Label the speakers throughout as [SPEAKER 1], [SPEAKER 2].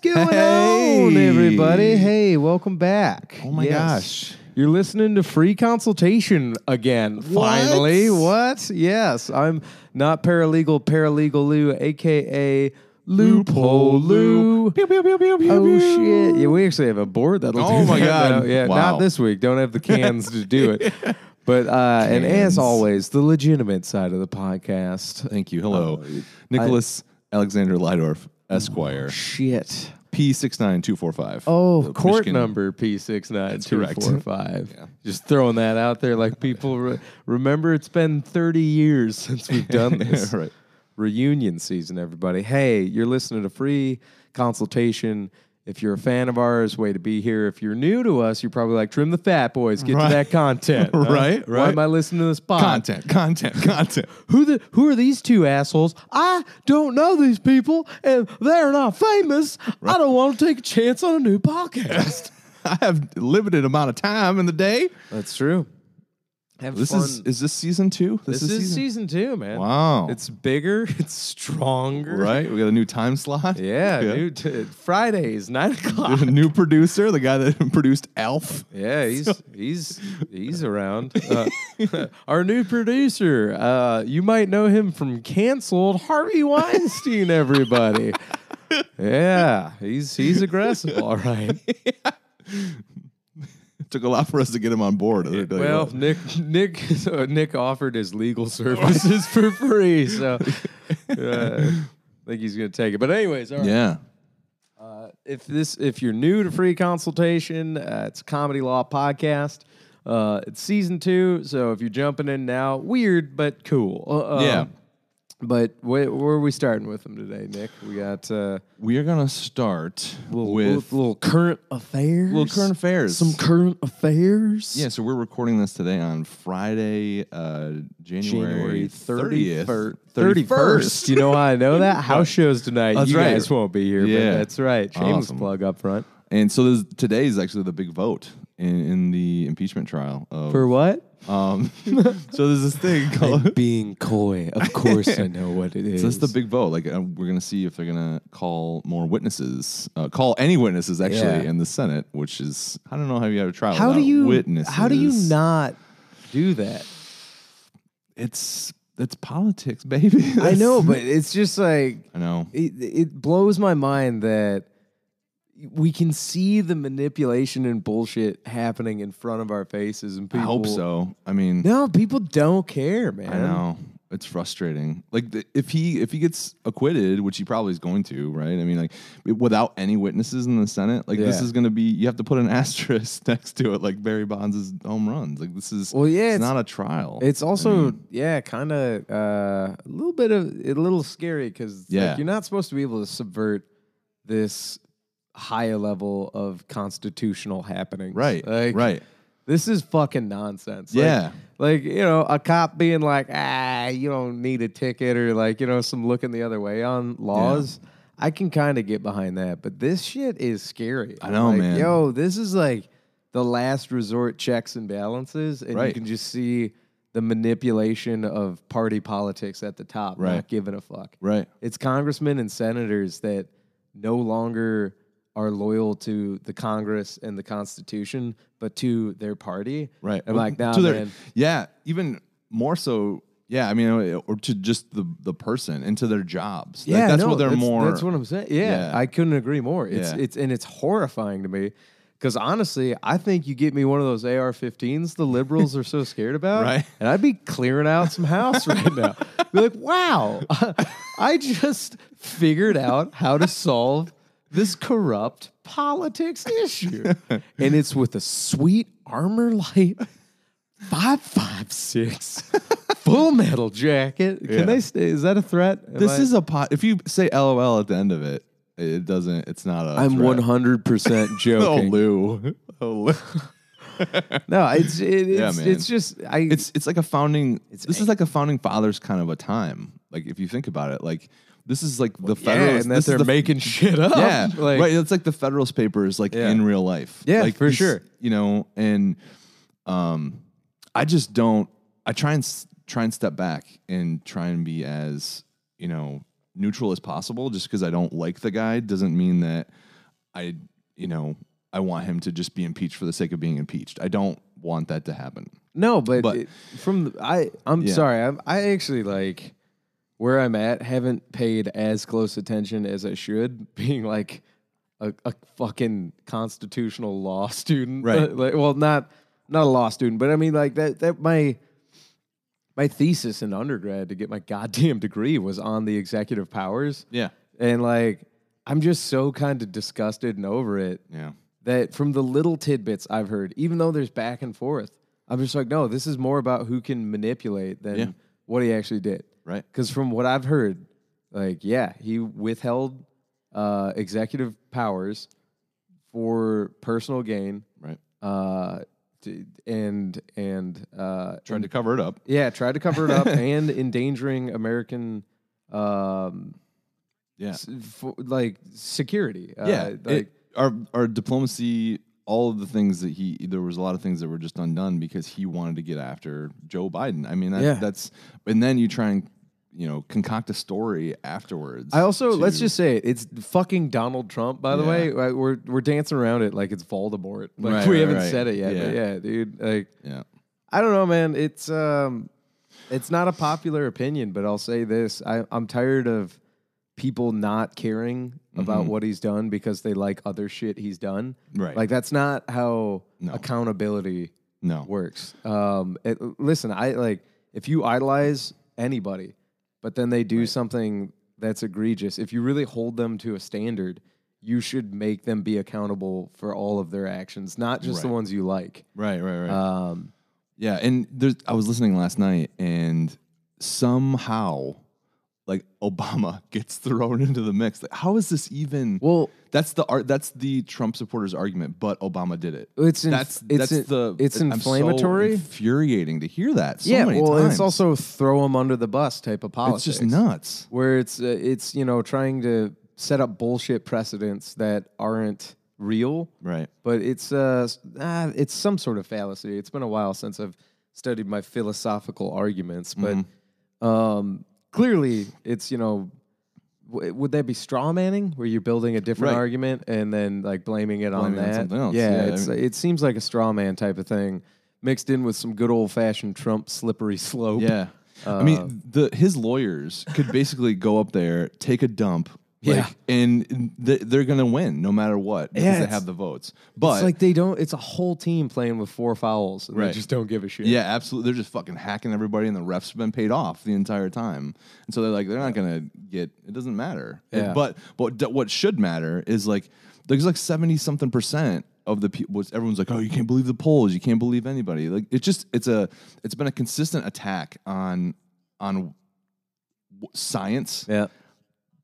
[SPEAKER 1] going on, everybody? Hey, welcome back.
[SPEAKER 2] Oh my
[SPEAKER 1] Yes.
[SPEAKER 2] gosh.
[SPEAKER 1] You're listening to free consultation again. Finally, what? Yes, I'm not paralegal, paralegal Lou, aka loophole Lou.
[SPEAKER 2] Pew, pew, pew, pew, pew,
[SPEAKER 1] Oh
[SPEAKER 2] pew.
[SPEAKER 1] shit! Yeah, we actually have a board that'll.
[SPEAKER 2] Oh
[SPEAKER 1] do
[SPEAKER 2] my
[SPEAKER 1] that
[SPEAKER 2] God.
[SPEAKER 1] now. Yeah,
[SPEAKER 2] Wow.
[SPEAKER 1] not this week. Don't have the cans to do it. But uh, and as
[SPEAKER 2] Cans.
[SPEAKER 1] always, the legitimate side of the podcast.
[SPEAKER 2] Thank you. Hello.
[SPEAKER 1] Oh,
[SPEAKER 2] Nicholas Alexander Lydorf, Esquire,
[SPEAKER 1] Shit.
[SPEAKER 2] P69245.
[SPEAKER 1] Oh,
[SPEAKER 2] The
[SPEAKER 1] court
[SPEAKER 2] Michigan-
[SPEAKER 1] number P six nine two
[SPEAKER 2] correct.
[SPEAKER 1] four five. Just throwing that out there, like people re- remember. It's been thirty years since we've done this.
[SPEAKER 2] Right.
[SPEAKER 1] Reunion season, everybody. Hey, you're listening to free consultation. If you're a fan of ours, way to be here. If you're new to us, you're probably like trim the fat boys, get
[SPEAKER 2] Right.
[SPEAKER 1] to that content. huh?
[SPEAKER 2] Right,
[SPEAKER 1] Why
[SPEAKER 2] right.
[SPEAKER 1] am I listening to this pod?
[SPEAKER 2] Content, content, content.
[SPEAKER 1] Who the who are these two assholes? I don't know these people, and they're not famous. I don't want to take a chance on a new podcast.
[SPEAKER 2] I have limited amount of time in the day.
[SPEAKER 1] That's true. Have
[SPEAKER 2] This
[SPEAKER 1] fun.
[SPEAKER 2] is is this season two?
[SPEAKER 1] this is season. two, man.
[SPEAKER 2] Wow.
[SPEAKER 1] It's bigger. It's stronger.
[SPEAKER 2] right. We got a new time slot.
[SPEAKER 1] Yeah. New t- Fridays, nine o'clock.
[SPEAKER 2] new producer, the guy that produced Alf.
[SPEAKER 1] Yeah, he's he's he's around. Uh, our new producer, uh, you might know him from canceled Harvey Weinstein. Everybody, yeah, he's he's aggressive. All right.
[SPEAKER 2] Took a lot for us to get him on board. I'll tell you
[SPEAKER 1] Well,
[SPEAKER 2] what.
[SPEAKER 1] Nick Nick so Nick offered his legal services for free, so uh, I think he's gonna take it. But anyways, all right.
[SPEAKER 2] yeah.
[SPEAKER 1] if this if you're new to free consultation uh, it's a comedy law podcast uh, it's season two so if you're jumping in now weird but cool uh, uh,
[SPEAKER 2] Yeah.
[SPEAKER 1] but where, where are we starting with them today nick we got uh,
[SPEAKER 2] We are gonna start with
[SPEAKER 1] with little current affairs
[SPEAKER 2] little current affairs.
[SPEAKER 1] some current affairs
[SPEAKER 2] Yeah, so we're recording this today on Friday, uh,
[SPEAKER 1] January
[SPEAKER 2] January 30th.
[SPEAKER 1] 31st. 31st. You know how I know that? House shows tonight.
[SPEAKER 2] That's
[SPEAKER 1] you
[SPEAKER 2] right.
[SPEAKER 1] guys won't be here,
[SPEAKER 2] Yeah.
[SPEAKER 1] but that's right. Shameless
[SPEAKER 2] Awesome.
[SPEAKER 1] plug up front.
[SPEAKER 2] And so this, today is actually the big vote in, in the impeachment trial. Of,
[SPEAKER 1] For what?
[SPEAKER 2] um, so there's this thing called.
[SPEAKER 1] Being coy. Of course I know what it is.
[SPEAKER 2] That's the big vote. Like, uh, we're going to see if they're going to call more witnesses, uh, call any witnesses, actually,
[SPEAKER 1] Yeah.
[SPEAKER 2] in the Senate, which is, I don't know how you have a trial.
[SPEAKER 1] how do
[SPEAKER 2] without
[SPEAKER 1] you
[SPEAKER 2] Witnesses.
[SPEAKER 1] how do you not do that
[SPEAKER 2] It's, it's politics, baby.
[SPEAKER 1] i know but it's just like
[SPEAKER 2] I know.
[SPEAKER 1] it, it blows my mind that we can see the manipulation and bullshit happening in front of our faces and
[SPEAKER 2] I
[SPEAKER 1] people
[SPEAKER 2] hope so. I mean,
[SPEAKER 1] no people don't care man
[SPEAKER 2] I know it's frustrating. Like the, if he if he gets acquitted, which he probably is going to, right? I mean, like it- without any witnesses in the Senate, like this
[SPEAKER 1] Yeah.
[SPEAKER 2] is going to be. You have to put an asterisk next to it, like Barry Bonds' home runs. Like this is.
[SPEAKER 1] Well, yeah,
[SPEAKER 2] it's,
[SPEAKER 1] it's-
[SPEAKER 2] not a trial.
[SPEAKER 1] it's also
[SPEAKER 2] Hmm.
[SPEAKER 1] yeah kind of uh, a little bit of a little scary because
[SPEAKER 2] Yeah.
[SPEAKER 1] you're not supposed to be able to subvert this higher level of constitutional happenings
[SPEAKER 2] right,
[SPEAKER 1] like,
[SPEAKER 2] right.
[SPEAKER 1] This is fucking nonsense. Like-
[SPEAKER 2] Yeah.
[SPEAKER 1] Like, you know, a cop being like, ah, you don't need a ticket or like, you know, some looking the other way on laws. I can kind of get behind that, but this shit is scary.
[SPEAKER 2] I know,
[SPEAKER 1] Like,
[SPEAKER 2] man.
[SPEAKER 1] Yo, this is like the last resort checks and balances. And you
[SPEAKER 2] Right.
[SPEAKER 1] can just see the manipulation of party politics at the top, not
[SPEAKER 2] Right.
[SPEAKER 1] giving a fuck.
[SPEAKER 2] Right.
[SPEAKER 1] It's congressmen and senators that no longer are loyal to the Congress and the Constitution, but to their party.
[SPEAKER 2] Right.
[SPEAKER 1] I'm
[SPEAKER 2] Well,
[SPEAKER 1] like, nah,
[SPEAKER 2] to their-
[SPEAKER 1] man.
[SPEAKER 2] Yeah, even more so. Yeah, I mean, or to just the the person and to their jobs. Like, that's
[SPEAKER 1] no,
[SPEAKER 2] what they're
[SPEAKER 1] that's,
[SPEAKER 2] more.
[SPEAKER 1] That's what I'm saying. Yeah,
[SPEAKER 2] Yeah.
[SPEAKER 1] I couldn't agree more. It's
[SPEAKER 2] Yeah.
[SPEAKER 1] it's and it's horrifying to me because honestly, I think you get me one of those AR-15s the liberals are so scared about,
[SPEAKER 2] Right.
[SPEAKER 1] and I'd be clearing out some house right now. Be like, wow, I just figured out how to solve this corrupt politics issue, and it's with a sweet armor light. Five five six, full metal jacket. Can
[SPEAKER 2] Yeah.
[SPEAKER 1] they stay? Is that a threat? Am
[SPEAKER 2] this
[SPEAKER 1] I-
[SPEAKER 2] is a pot. If you say LOL at the end of it, it doesn't. It's not a.
[SPEAKER 1] I'm
[SPEAKER 2] threat.
[SPEAKER 1] one hundred percent joking.
[SPEAKER 2] Oh, Lou. Oh, Lou.
[SPEAKER 1] no, it's it,
[SPEAKER 2] Yeah,
[SPEAKER 1] it's
[SPEAKER 2] man.
[SPEAKER 1] it's just I.
[SPEAKER 2] It's it's like a founding. this
[SPEAKER 1] ang-
[SPEAKER 2] is like a founding fathers kind of a time. Like if you think about it, like this is like the
[SPEAKER 1] yeah,
[SPEAKER 2] Federalist.
[SPEAKER 1] and that
[SPEAKER 2] this is
[SPEAKER 1] they're
[SPEAKER 2] the-
[SPEAKER 1] making shit up.
[SPEAKER 2] Yeah,
[SPEAKER 1] like
[SPEAKER 2] right. It's like the Federalist Papers, like
[SPEAKER 1] Yeah.
[SPEAKER 2] in real life.
[SPEAKER 1] Yeah,
[SPEAKER 2] like
[SPEAKER 1] for
[SPEAKER 2] this-
[SPEAKER 1] sure.
[SPEAKER 2] You know, and um, I just don't. I try and s- try and step back and try and be as you know neutral as possible. Just because I don't like the guy doesn't mean that I you know I want him to just be impeached for the sake of being impeached. I don't want that to happen.
[SPEAKER 1] No, but,
[SPEAKER 2] But-
[SPEAKER 1] it- from the, I, I'm
[SPEAKER 2] Yeah.
[SPEAKER 1] sorry. I'm, I actually like where I'm at. Haven't paid as close attention as I should. Being like a, a fucking constitutional law student,
[SPEAKER 2] Right.
[SPEAKER 1] Uh, like, well, not not a law student, but I mean like that. That my my thesis in undergrad to get my goddamn degree was on the executive powers,
[SPEAKER 2] Yeah.
[SPEAKER 1] and like I'm just so kind of disgusted and over it
[SPEAKER 2] Yeah.
[SPEAKER 1] that from the little tidbits I've heard, even though there's back and forth, I'm just like, no, this is more about who can manipulate than
[SPEAKER 2] Yeah.
[SPEAKER 1] what he actually did.
[SPEAKER 2] Right.
[SPEAKER 1] Because from what I've heard, like, yeah, he withheld uh, executive powers for personal gain,
[SPEAKER 2] Right.
[SPEAKER 1] uh, t- and and uh,
[SPEAKER 2] Trying to cover it up.
[SPEAKER 1] yeah, tried to cover it up and endangering American. Um,
[SPEAKER 2] Yeah.
[SPEAKER 1] s- fo- like security. Uh,
[SPEAKER 2] yeah,
[SPEAKER 1] like,
[SPEAKER 2] it- our our diplomacy, all of the things that he there was a lot of things that were just undone because he wanted to get after Joe Biden. I mean, that,
[SPEAKER 1] Yeah.
[SPEAKER 2] that's and then you try and you know concoct a story afterwards.
[SPEAKER 1] I also let's
[SPEAKER 2] to-
[SPEAKER 1] just say it. It's fucking Donald Trump. By the
[SPEAKER 2] Yeah.
[SPEAKER 1] way, Like, we're we're dancing around it like it's Voldemort. Like
[SPEAKER 2] Right,
[SPEAKER 1] we
[SPEAKER 2] right,
[SPEAKER 1] haven't
[SPEAKER 2] right.
[SPEAKER 1] said it yet. But
[SPEAKER 2] Yeah.
[SPEAKER 1] yeah, dude. Like
[SPEAKER 2] yeah,
[SPEAKER 1] I don't know, man. It's um, it's not a popular opinion, but I'll say this: I, I'm tired of people not caring
[SPEAKER 2] Mm-hmm.
[SPEAKER 1] about what he's done because they like other shit he's done.
[SPEAKER 2] Right.
[SPEAKER 1] Like that's not how
[SPEAKER 2] No.
[SPEAKER 1] accountability
[SPEAKER 2] no,
[SPEAKER 1] works. Um, it, listen, I like if you idolize anybody, but then they do something that's egregious. If you really hold them to a standard, you should make them be accountable for all of their actions, not just the
[SPEAKER 2] Right.
[SPEAKER 1] ones you like.
[SPEAKER 2] right, right, right.
[SPEAKER 1] Um,
[SPEAKER 2] Yeah, and there's I was listening last night and somehow like Obama gets thrown into the mix. Like how is this even
[SPEAKER 1] well,
[SPEAKER 2] that's the art that's the Trump supporters argument, but Obama did it.
[SPEAKER 1] it's inf-
[SPEAKER 2] that's
[SPEAKER 1] it's
[SPEAKER 2] that's
[SPEAKER 1] in-
[SPEAKER 2] the
[SPEAKER 1] it's
[SPEAKER 2] I'm so
[SPEAKER 1] inflammatory.
[SPEAKER 2] infuriating to hear that. So
[SPEAKER 1] yeah,
[SPEAKER 2] many
[SPEAKER 1] well,
[SPEAKER 2] times.
[SPEAKER 1] it's also throw them under the bus type of
[SPEAKER 2] it's
[SPEAKER 1] politics.
[SPEAKER 2] just nuts.
[SPEAKER 1] where it's uh, it's you know trying to set up bullshit precedents that aren't real.
[SPEAKER 2] Right.
[SPEAKER 1] but it's uh, s- ah, it's some sort of fallacy. It's been a while since I've studied my philosophical arguments, but
[SPEAKER 2] Mm-hmm.
[SPEAKER 1] um, clearly it's you know. w- Would that be straw manning, where you're building a different
[SPEAKER 2] Right.
[SPEAKER 1] argument and then like blaming it on
[SPEAKER 2] Blaming it on
[SPEAKER 1] that?
[SPEAKER 2] something else.
[SPEAKER 1] Yeah,
[SPEAKER 2] Yeah, I
[SPEAKER 1] it's, it seems like a straw man type of thing, mixed in with some good old fashioned Trump slippery slope.
[SPEAKER 2] Yeah. I
[SPEAKER 1] Uh,
[SPEAKER 2] mean, the his lawyers could basically go up there, take a dump, like,
[SPEAKER 1] Yeah.
[SPEAKER 2] and th- they're gonna win no matter what because
[SPEAKER 1] Yeah,
[SPEAKER 2] they
[SPEAKER 1] it's-
[SPEAKER 2] have the votes. But
[SPEAKER 1] it's like they don't. It's a whole team playing with four fouls, and they
[SPEAKER 2] Right.
[SPEAKER 1] just don't give a shit.
[SPEAKER 2] Yeah, absolutely. They're just fucking hacking everybody, and the refs have been paid off the entire time. And so they're like, they're not gonna get. It doesn't matter.
[SPEAKER 1] Yeah.
[SPEAKER 2] But but d- what should matter is like there's like seventy something percent of the people. Everyone's like, oh, you can't believe the polls. You can't believe anybody. Like it's just it's a it's been a consistent attack on on w- science
[SPEAKER 1] yeah.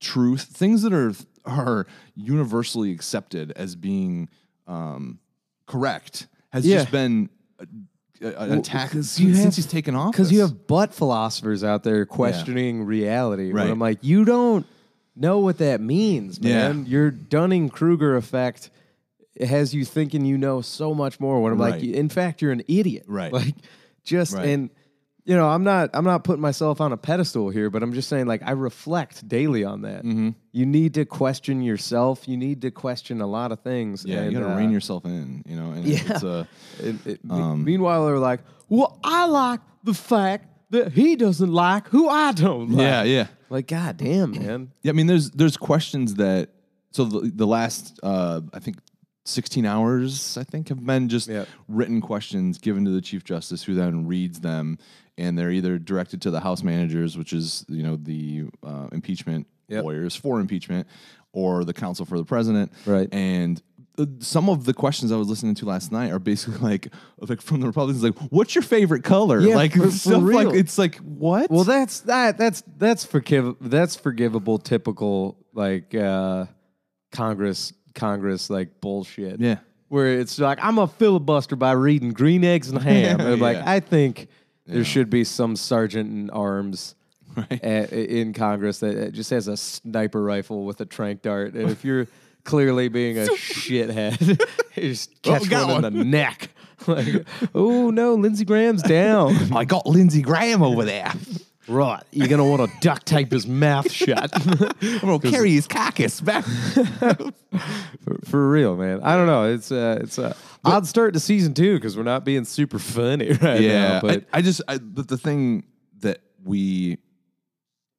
[SPEAKER 2] truth, things that are are universally accepted as being um, correct, has
[SPEAKER 1] Yeah.
[SPEAKER 2] just been uh, an attack
[SPEAKER 1] 'cause
[SPEAKER 2] since,
[SPEAKER 1] you have-
[SPEAKER 2] since he's taken office.
[SPEAKER 1] Because you have butt philosophers out there questioning reality. Right.
[SPEAKER 2] Right.
[SPEAKER 1] I'm like, you don't know what that means,
[SPEAKER 2] Yeah.
[SPEAKER 1] man. Your Dunning Kruger effect has you thinking you know so much more. When I'm like,
[SPEAKER 2] Right.
[SPEAKER 1] in fact, you're an idiot.
[SPEAKER 2] Right.
[SPEAKER 1] Like, just
[SPEAKER 2] Right.
[SPEAKER 1] and you know, I'm not I'm not putting myself on a pedestal here, but I'm just saying like I reflect daily on that.
[SPEAKER 2] Mm-hmm.
[SPEAKER 1] You need to question yourself. You need to question a lot of things.
[SPEAKER 2] yeah,
[SPEAKER 1] and,
[SPEAKER 2] you got to
[SPEAKER 1] uh,
[SPEAKER 2] rein yourself in. You know, and it's uh, a
[SPEAKER 1] and it- me- meanwhile, they're like, "Well, I like the fact that he doesn't like who I don't like."
[SPEAKER 2] yeah, yeah.
[SPEAKER 1] Like, god damn, man.
[SPEAKER 2] Yeah, I mean, there's there's questions that so the, the last uh, I think 16 hours I think have been just
[SPEAKER 1] Yep.
[SPEAKER 2] written questions given to the chief justice, who then reads them, and they're either directed to the House managers, which is you know the uh, impeachment
[SPEAKER 1] Yep.
[SPEAKER 2] lawyers for impeachment, or the counsel for the president,
[SPEAKER 1] Right.
[SPEAKER 2] and uh, some of the questions I was listening to last night are basically like, like from the Republicans, like, "What's your favorite color?"
[SPEAKER 1] Yeah,
[SPEAKER 2] like
[SPEAKER 1] for- for
[SPEAKER 2] stuff
[SPEAKER 1] real.
[SPEAKER 2] like it's like what?
[SPEAKER 1] Well, that's that. That's that's forgive. That's forgivable. Typical like uh, Congress, Congress like bullshit.
[SPEAKER 2] Yeah.
[SPEAKER 1] Where it's like I'm a filibuster by reading Green Eggs and Ham. And Like
[SPEAKER 2] Yeah.
[SPEAKER 1] I think there should be some sergeant in arms.
[SPEAKER 2] Right.
[SPEAKER 1] a- in Congress that just has a sniper rifle with a trank dart. And if you're clearly being a shithead, you just
[SPEAKER 2] Oh,
[SPEAKER 1] catch
[SPEAKER 2] got
[SPEAKER 1] one, in the neck. Like, oh no, Lindsey Graham's down.
[SPEAKER 2] I got Lindsey Graham over there.
[SPEAKER 1] right, you're gonna want to duct tape his mouth shut.
[SPEAKER 2] I'm gonna carry his carcass back.
[SPEAKER 1] For real, man. I don't know. It's uh, it's uh, odd start to season two because we're not being super funny right
[SPEAKER 2] yeah,
[SPEAKER 1] now. But
[SPEAKER 2] I, I just I, but the thing that we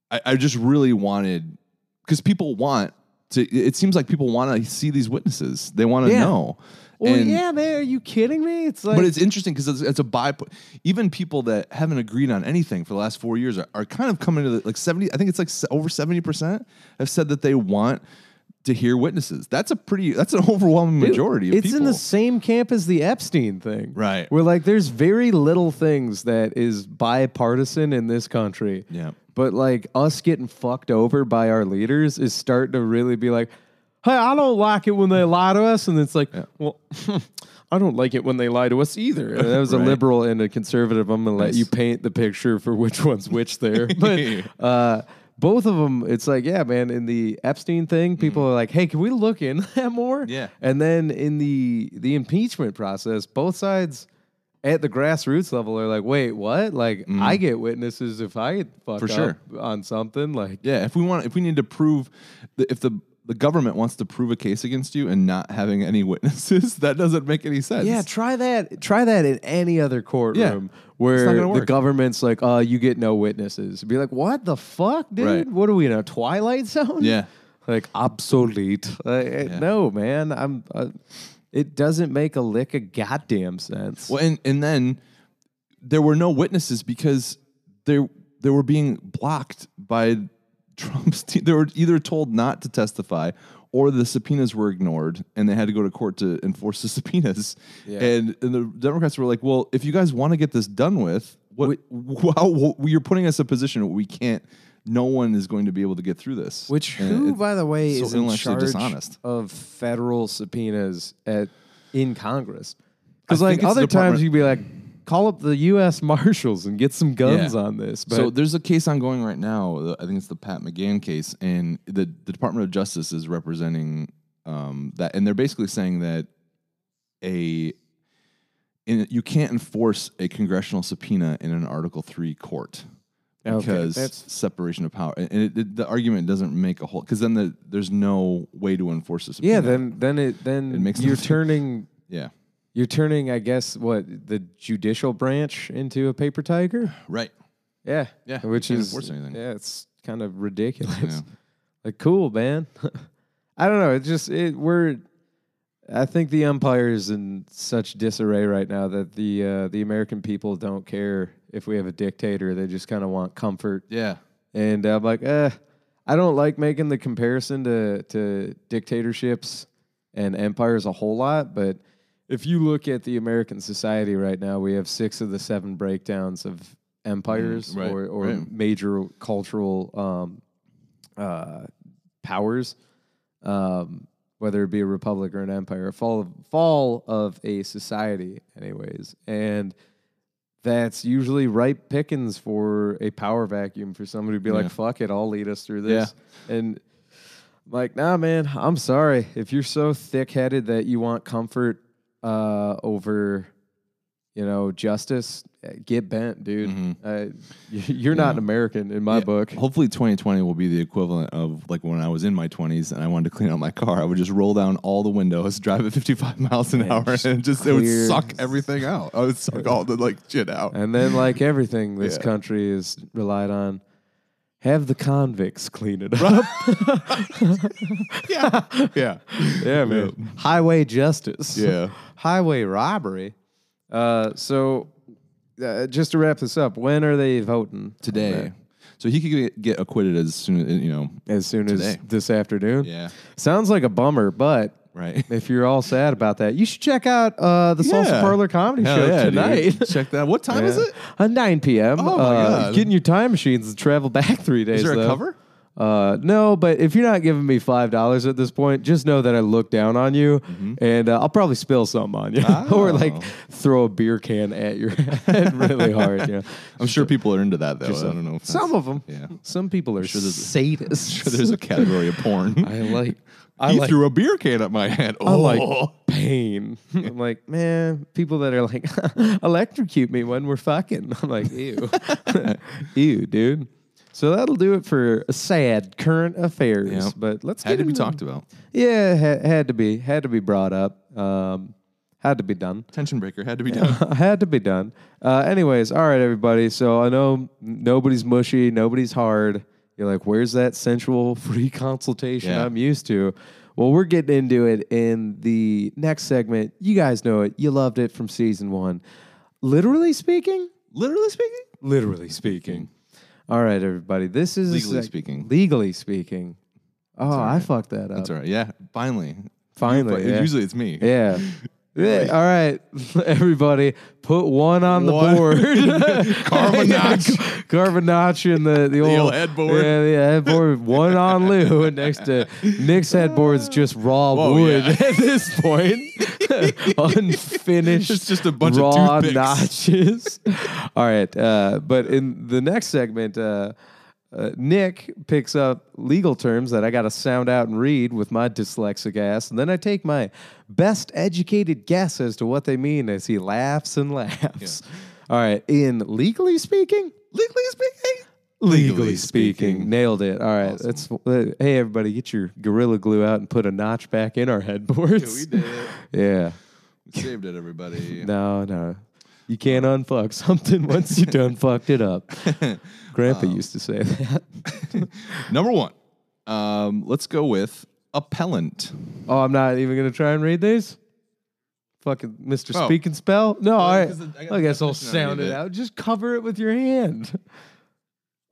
[SPEAKER 2] I, I just really wanted because people want to. It seems like people want to see these witnesses. They want to
[SPEAKER 1] Yeah.
[SPEAKER 2] know.
[SPEAKER 1] well,
[SPEAKER 2] And-
[SPEAKER 1] yeah, man. Are you kidding me? It's like
[SPEAKER 2] But it's interesting because it's, it's a by. Even people that haven't agreed on anything for the last four years are, are kind of coming to the, like seventy. I think it's like se- over seventy percent have said that they want to hear witnesses. That's a pretty. That's an overwhelming
[SPEAKER 1] Dude,
[SPEAKER 2] majority of
[SPEAKER 1] it's
[SPEAKER 2] people.
[SPEAKER 1] in the same camp as the Epstein thing.
[SPEAKER 2] Right.
[SPEAKER 1] Where like there's very little things that is bipartisan in this country.
[SPEAKER 2] Yeah.
[SPEAKER 1] But like us getting fucked over by our leaders is starting to really be like, hey, I don't like it when they lie to us. And it's like, well, I don't like it when they lie to us either. And that was a
[SPEAKER 2] Right.
[SPEAKER 1] liberal and a conservative. I'm going to let
[SPEAKER 2] Nice.
[SPEAKER 1] you paint the picture for which one's which there. But uh, both of them, it's like, yeah, man, in the Epstein thing, people are like, hey, can we look into that more?
[SPEAKER 2] Yeah.
[SPEAKER 1] And then in the the impeachment process, both sides at the grassroots level are like, wait, what? Like, I get witnesses if I fuck
[SPEAKER 2] For
[SPEAKER 1] up
[SPEAKER 2] sure.
[SPEAKER 1] on something. Like,
[SPEAKER 2] Yeah, if we want, if we need to prove, the, if the the government wants to prove a case against you and not having any witnesses, that doesn't make any sense.
[SPEAKER 1] yeah, try that. Try that in any other courtroom
[SPEAKER 2] not
[SPEAKER 1] where
[SPEAKER 2] gonna
[SPEAKER 1] the
[SPEAKER 2] work.
[SPEAKER 1] government's like, uh, you get no witnesses. Be like, what the fuck, dude?
[SPEAKER 2] Right.
[SPEAKER 1] What are we in a Twilight Zone?
[SPEAKER 2] Yeah.
[SPEAKER 1] like obsolete. Like, eh, No, man, I'm. Uh, it doesn't make a lick of goddamn sense.
[SPEAKER 2] Well, and and then there were no witnesses because they they were being blocked by Trump's team. They were either told not to testify or the subpoenas were ignored and they had to go to court to enforce the subpoenas. And, and the Democrats were like, "Well, if you guys want to get this done with, what wow, you're putting us in a position where we can't no one is going to be able to get through this."
[SPEAKER 1] Which
[SPEAKER 2] And
[SPEAKER 1] who,
[SPEAKER 2] it-
[SPEAKER 1] by the way,
[SPEAKER 2] so
[SPEAKER 1] is in
[SPEAKER 2] intellectually
[SPEAKER 1] charge
[SPEAKER 2] dishonest.
[SPEAKER 1] of federal subpoenas at in Congress? Because
[SPEAKER 2] I
[SPEAKER 1] like
[SPEAKER 2] think it's the
[SPEAKER 1] other times
[SPEAKER 2] Department-
[SPEAKER 1] you'd be like, call up the U.S. Marshals and get some guns
[SPEAKER 2] Yeah.
[SPEAKER 1] on this. But
[SPEAKER 2] so there's a case ongoing right now. the- I think it's the Pat McGann case, and the, the Department of Justice is representing um, that, and they're basically saying that a in, you can't enforce a congressional subpoena in an Article Three court
[SPEAKER 1] Okay,
[SPEAKER 2] because
[SPEAKER 1] that's-
[SPEAKER 2] separation of power, and it, it- the argument doesn't make a whole because then the, there's no way to enforce this.
[SPEAKER 1] yeah, then then it then
[SPEAKER 2] It makes
[SPEAKER 1] you're
[SPEAKER 2] them-
[SPEAKER 1] turning
[SPEAKER 2] yeah,
[SPEAKER 1] you're turning, I guess, what the judicial branch into a paper tiger.
[SPEAKER 2] right,
[SPEAKER 1] Yeah,
[SPEAKER 2] Yeah, you
[SPEAKER 1] which
[SPEAKER 2] can't
[SPEAKER 1] is
[SPEAKER 2] enforce anything.
[SPEAKER 1] yeah, it's kind of ridiculous.
[SPEAKER 2] Yeah.
[SPEAKER 1] Like, cool, man. I don't know. It just it we're. I think the empire is in such disarray right now that the uh, the American people don't care if we have a dictator. They just kind of want comfort.
[SPEAKER 2] yeah,
[SPEAKER 1] And I'm like, eh, I don't like making the comparison to to dictatorships and empires a whole lot, but if you look at the American society right now, we have six of the seven breakdowns of empires
[SPEAKER 2] Mm, right,
[SPEAKER 1] or, or
[SPEAKER 2] right.
[SPEAKER 1] major cultural um, uh, powers, um, whether it be a republic or an empire, a fall of, fall of a society, anyways. And that's usually ripe pickings for a power vacuum for somebody to be
[SPEAKER 2] Yeah.
[SPEAKER 1] like, fuck it, I'll lead us through this. And I'm like, nah, man, I'm sorry. If you're so thick headed that you want comfort uh, over, you know, justice, eh, get bent, dude. Uh, y- you're not an American in my
[SPEAKER 2] Mm-hmm. Yeah,
[SPEAKER 1] book.
[SPEAKER 2] Hopefully, 2020 will be the equivalent of like when I was in my 20s and I wanted to clean out my car. I would just roll down all the windows, drive at 55 miles an hour,
[SPEAKER 1] just
[SPEAKER 2] and just it would
[SPEAKER 1] clear- Uh,
[SPEAKER 2] suck everything out. I would suck all the like shit out.
[SPEAKER 1] And then, like everything this
[SPEAKER 2] Yeah.
[SPEAKER 1] country is relied on, have the convicts clean it up.
[SPEAKER 2] yeah, yeah,
[SPEAKER 1] yeah, man. Highway justice.
[SPEAKER 2] Yeah.
[SPEAKER 1] Highway robbery. Uh, so, uh, just to wrap this up, when are they voting
[SPEAKER 2] Today, so he could get, get acquitted as soon as you know.
[SPEAKER 1] As soon as
[SPEAKER 2] Today.
[SPEAKER 1] this afternoon.
[SPEAKER 2] Yeah,
[SPEAKER 1] Sounds like a bummer, but
[SPEAKER 2] right.
[SPEAKER 1] if you're all sad about that, you should check out uh, the Salsa
[SPEAKER 2] Yeah.
[SPEAKER 1] Parlor Comedy
[SPEAKER 2] Hell
[SPEAKER 1] Show
[SPEAKER 2] yeah, dude.
[SPEAKER 1] tonight.
[SPEAKER 2] Check that. What time is
[SPEAKER 1] Yeah.
[SPEAKER 2] it?
[SPEAKER 1] Uh, 9 p.m.
[SPEAKER 2] Oh, my
[SPEAKER 1] Uh,
[SPEAKER 2] God.
[SPEAKER 1] Get in your time machines and travel back three days.
[SPEAKER 2] there a
[SPEAKER 1] though.
[SPEAKER 2] cover?
[SPEAKER 1] Uh, no, but if you're not giving me five dollars at this point, just know that I look down on you, and uh, I'll probably spill something on you, or like
[SPEAKER 2] Mm-hmm. Oh.
[SPEAKER 1] throw a beer can at your head really hard. You know?
[SPEAKER 2] I'm sure people are into that though. I don't know. If
[SPEAKER 1] Some of them.
[SPEAKER 2] Yeah.
[SPEAKER 1] Some people are
[SPEAKER 2] there's a-
[SPEAKER 1] sadists.
[SPEAKER 2] that's- there's a category of porn.
[SPEAKER 1] I like. I
[SPEAKER 2] he
[SPEAKER 1] like.
[SPEAKER 2] threw a beer can at my head.
[SPEAKER 1] I
[SPEAKER 2] Oh,
[SPEAKER 1] like pain. I'm like, man, people that are like, electrocute me when we're fucking. I'm like, ew, ew, dude. So that'll do it for a sad current affairs.
[SPEAKER 2] Yep.
[SPEAKER 1] But let's
[SPEAKER 2] Had
[SPEAKER 1] get
[SPEAKER 2] to be
[SPEAKER 1] into-
[SPEAKER 2] talked about.
[SPEAKER 1] Yeah, had, had to be had to be brought up. Um, had to be done.
[SPEAKER 2] Tension breaker had to be done.
[SPEAKER 1] had to be done. Uh, anyways, all right, everybody. So I know nobody's mushy, nobody's hard. You're like, where's that sensual free consultation
[SPEAKER 2] Yeah.
[SPEAKER 1] I'm used to? Well, we're getting into it in the next segment. You guys know it. You loved it from season one. Literally speaking,
[SPEAKER 2] Literally speaking,
[SPEAKER 1] literally speaking. All right, everybody. This is a
[SPEAKER 2] Legally speaking.
[SPEAKER 1] Legally speaking. Oh, I fucked that up.
[SPEAKER 2] that's all right. Yeah, finally.
[SPEAKER 1] Finally,
[SPEAKER 2] But
[SPEAKER 1] yeah.
[SPEAKER 2] Usually it's me.
[SPEAKER 1] Yeah. Yeah, All right, everybody, put one on the
[SPEAKER 2] One.
[SPEAKER 1] board.
[SPEAKER 2] Carbonach.
[SPEAKER 1] Carbonach and the, the, old,
[SPEAKER 2] old headboard.
[SPEAKER 1] Yeah, the headboard. with One on Lou, and next to Nick's headboard's just raw
[SPEAKER 2] Whoa,
[SPEAKER 1] wood
[SPEAKER 2] yeah.
[SPEAKER 1] at this point. Unfinished.
[SPEAKER 2] It's just a bunch of
[SPEAKER 1] raw
[SPEAKER 2] toothpicks.
[SPEAKER 1] notches. All right, uh, but in the next segment. Uh, uh, Nick picks up legal terms that I got to sound out and read with my dyslexic ass, and then I take my best educated guess as to what they mean as he laughs and laughs. All right, in legally speaking,
[SPEAKER 2] Legally speaking.
[SPEAKER 1] nailed it. All right, that's uh, hey everybody, get your gorilla glue out and put a notch back in our headboards.
[SPEAKER 2] We did it.
[SPEAKER 1] yeah,
[SPEAKER 2] We saved it, everybody.
[SPEAKER 1] no, no. You can't unfuck something once you done fucked it up. Grandpa
[SPEAKER 2] Um,
[SPEAKER 1] used to say that.
[SPEAKER 2] Number one. Um, let's go with appellant.
[SPEAKER 1] Oh, I'm not even gonna try and read these. Fucking Mr.
[SPEAKER 2] Oh.
[SPEAKER 1] Speak and Spell. No, all right.
[SPEAKER 2] 'cause the- I got
[SPEAKER 1] I,
[SPEAKER 2] the
[SPEAKER 1] guess I'll
[SPEAKER 2] definition
[SPEAKER 1] sound
[SPEAKER 2] underneath
[SPEAKER 1] it
[SPEAKER 2] it.
[SPEAKER 1] out. Just cover it with your hand.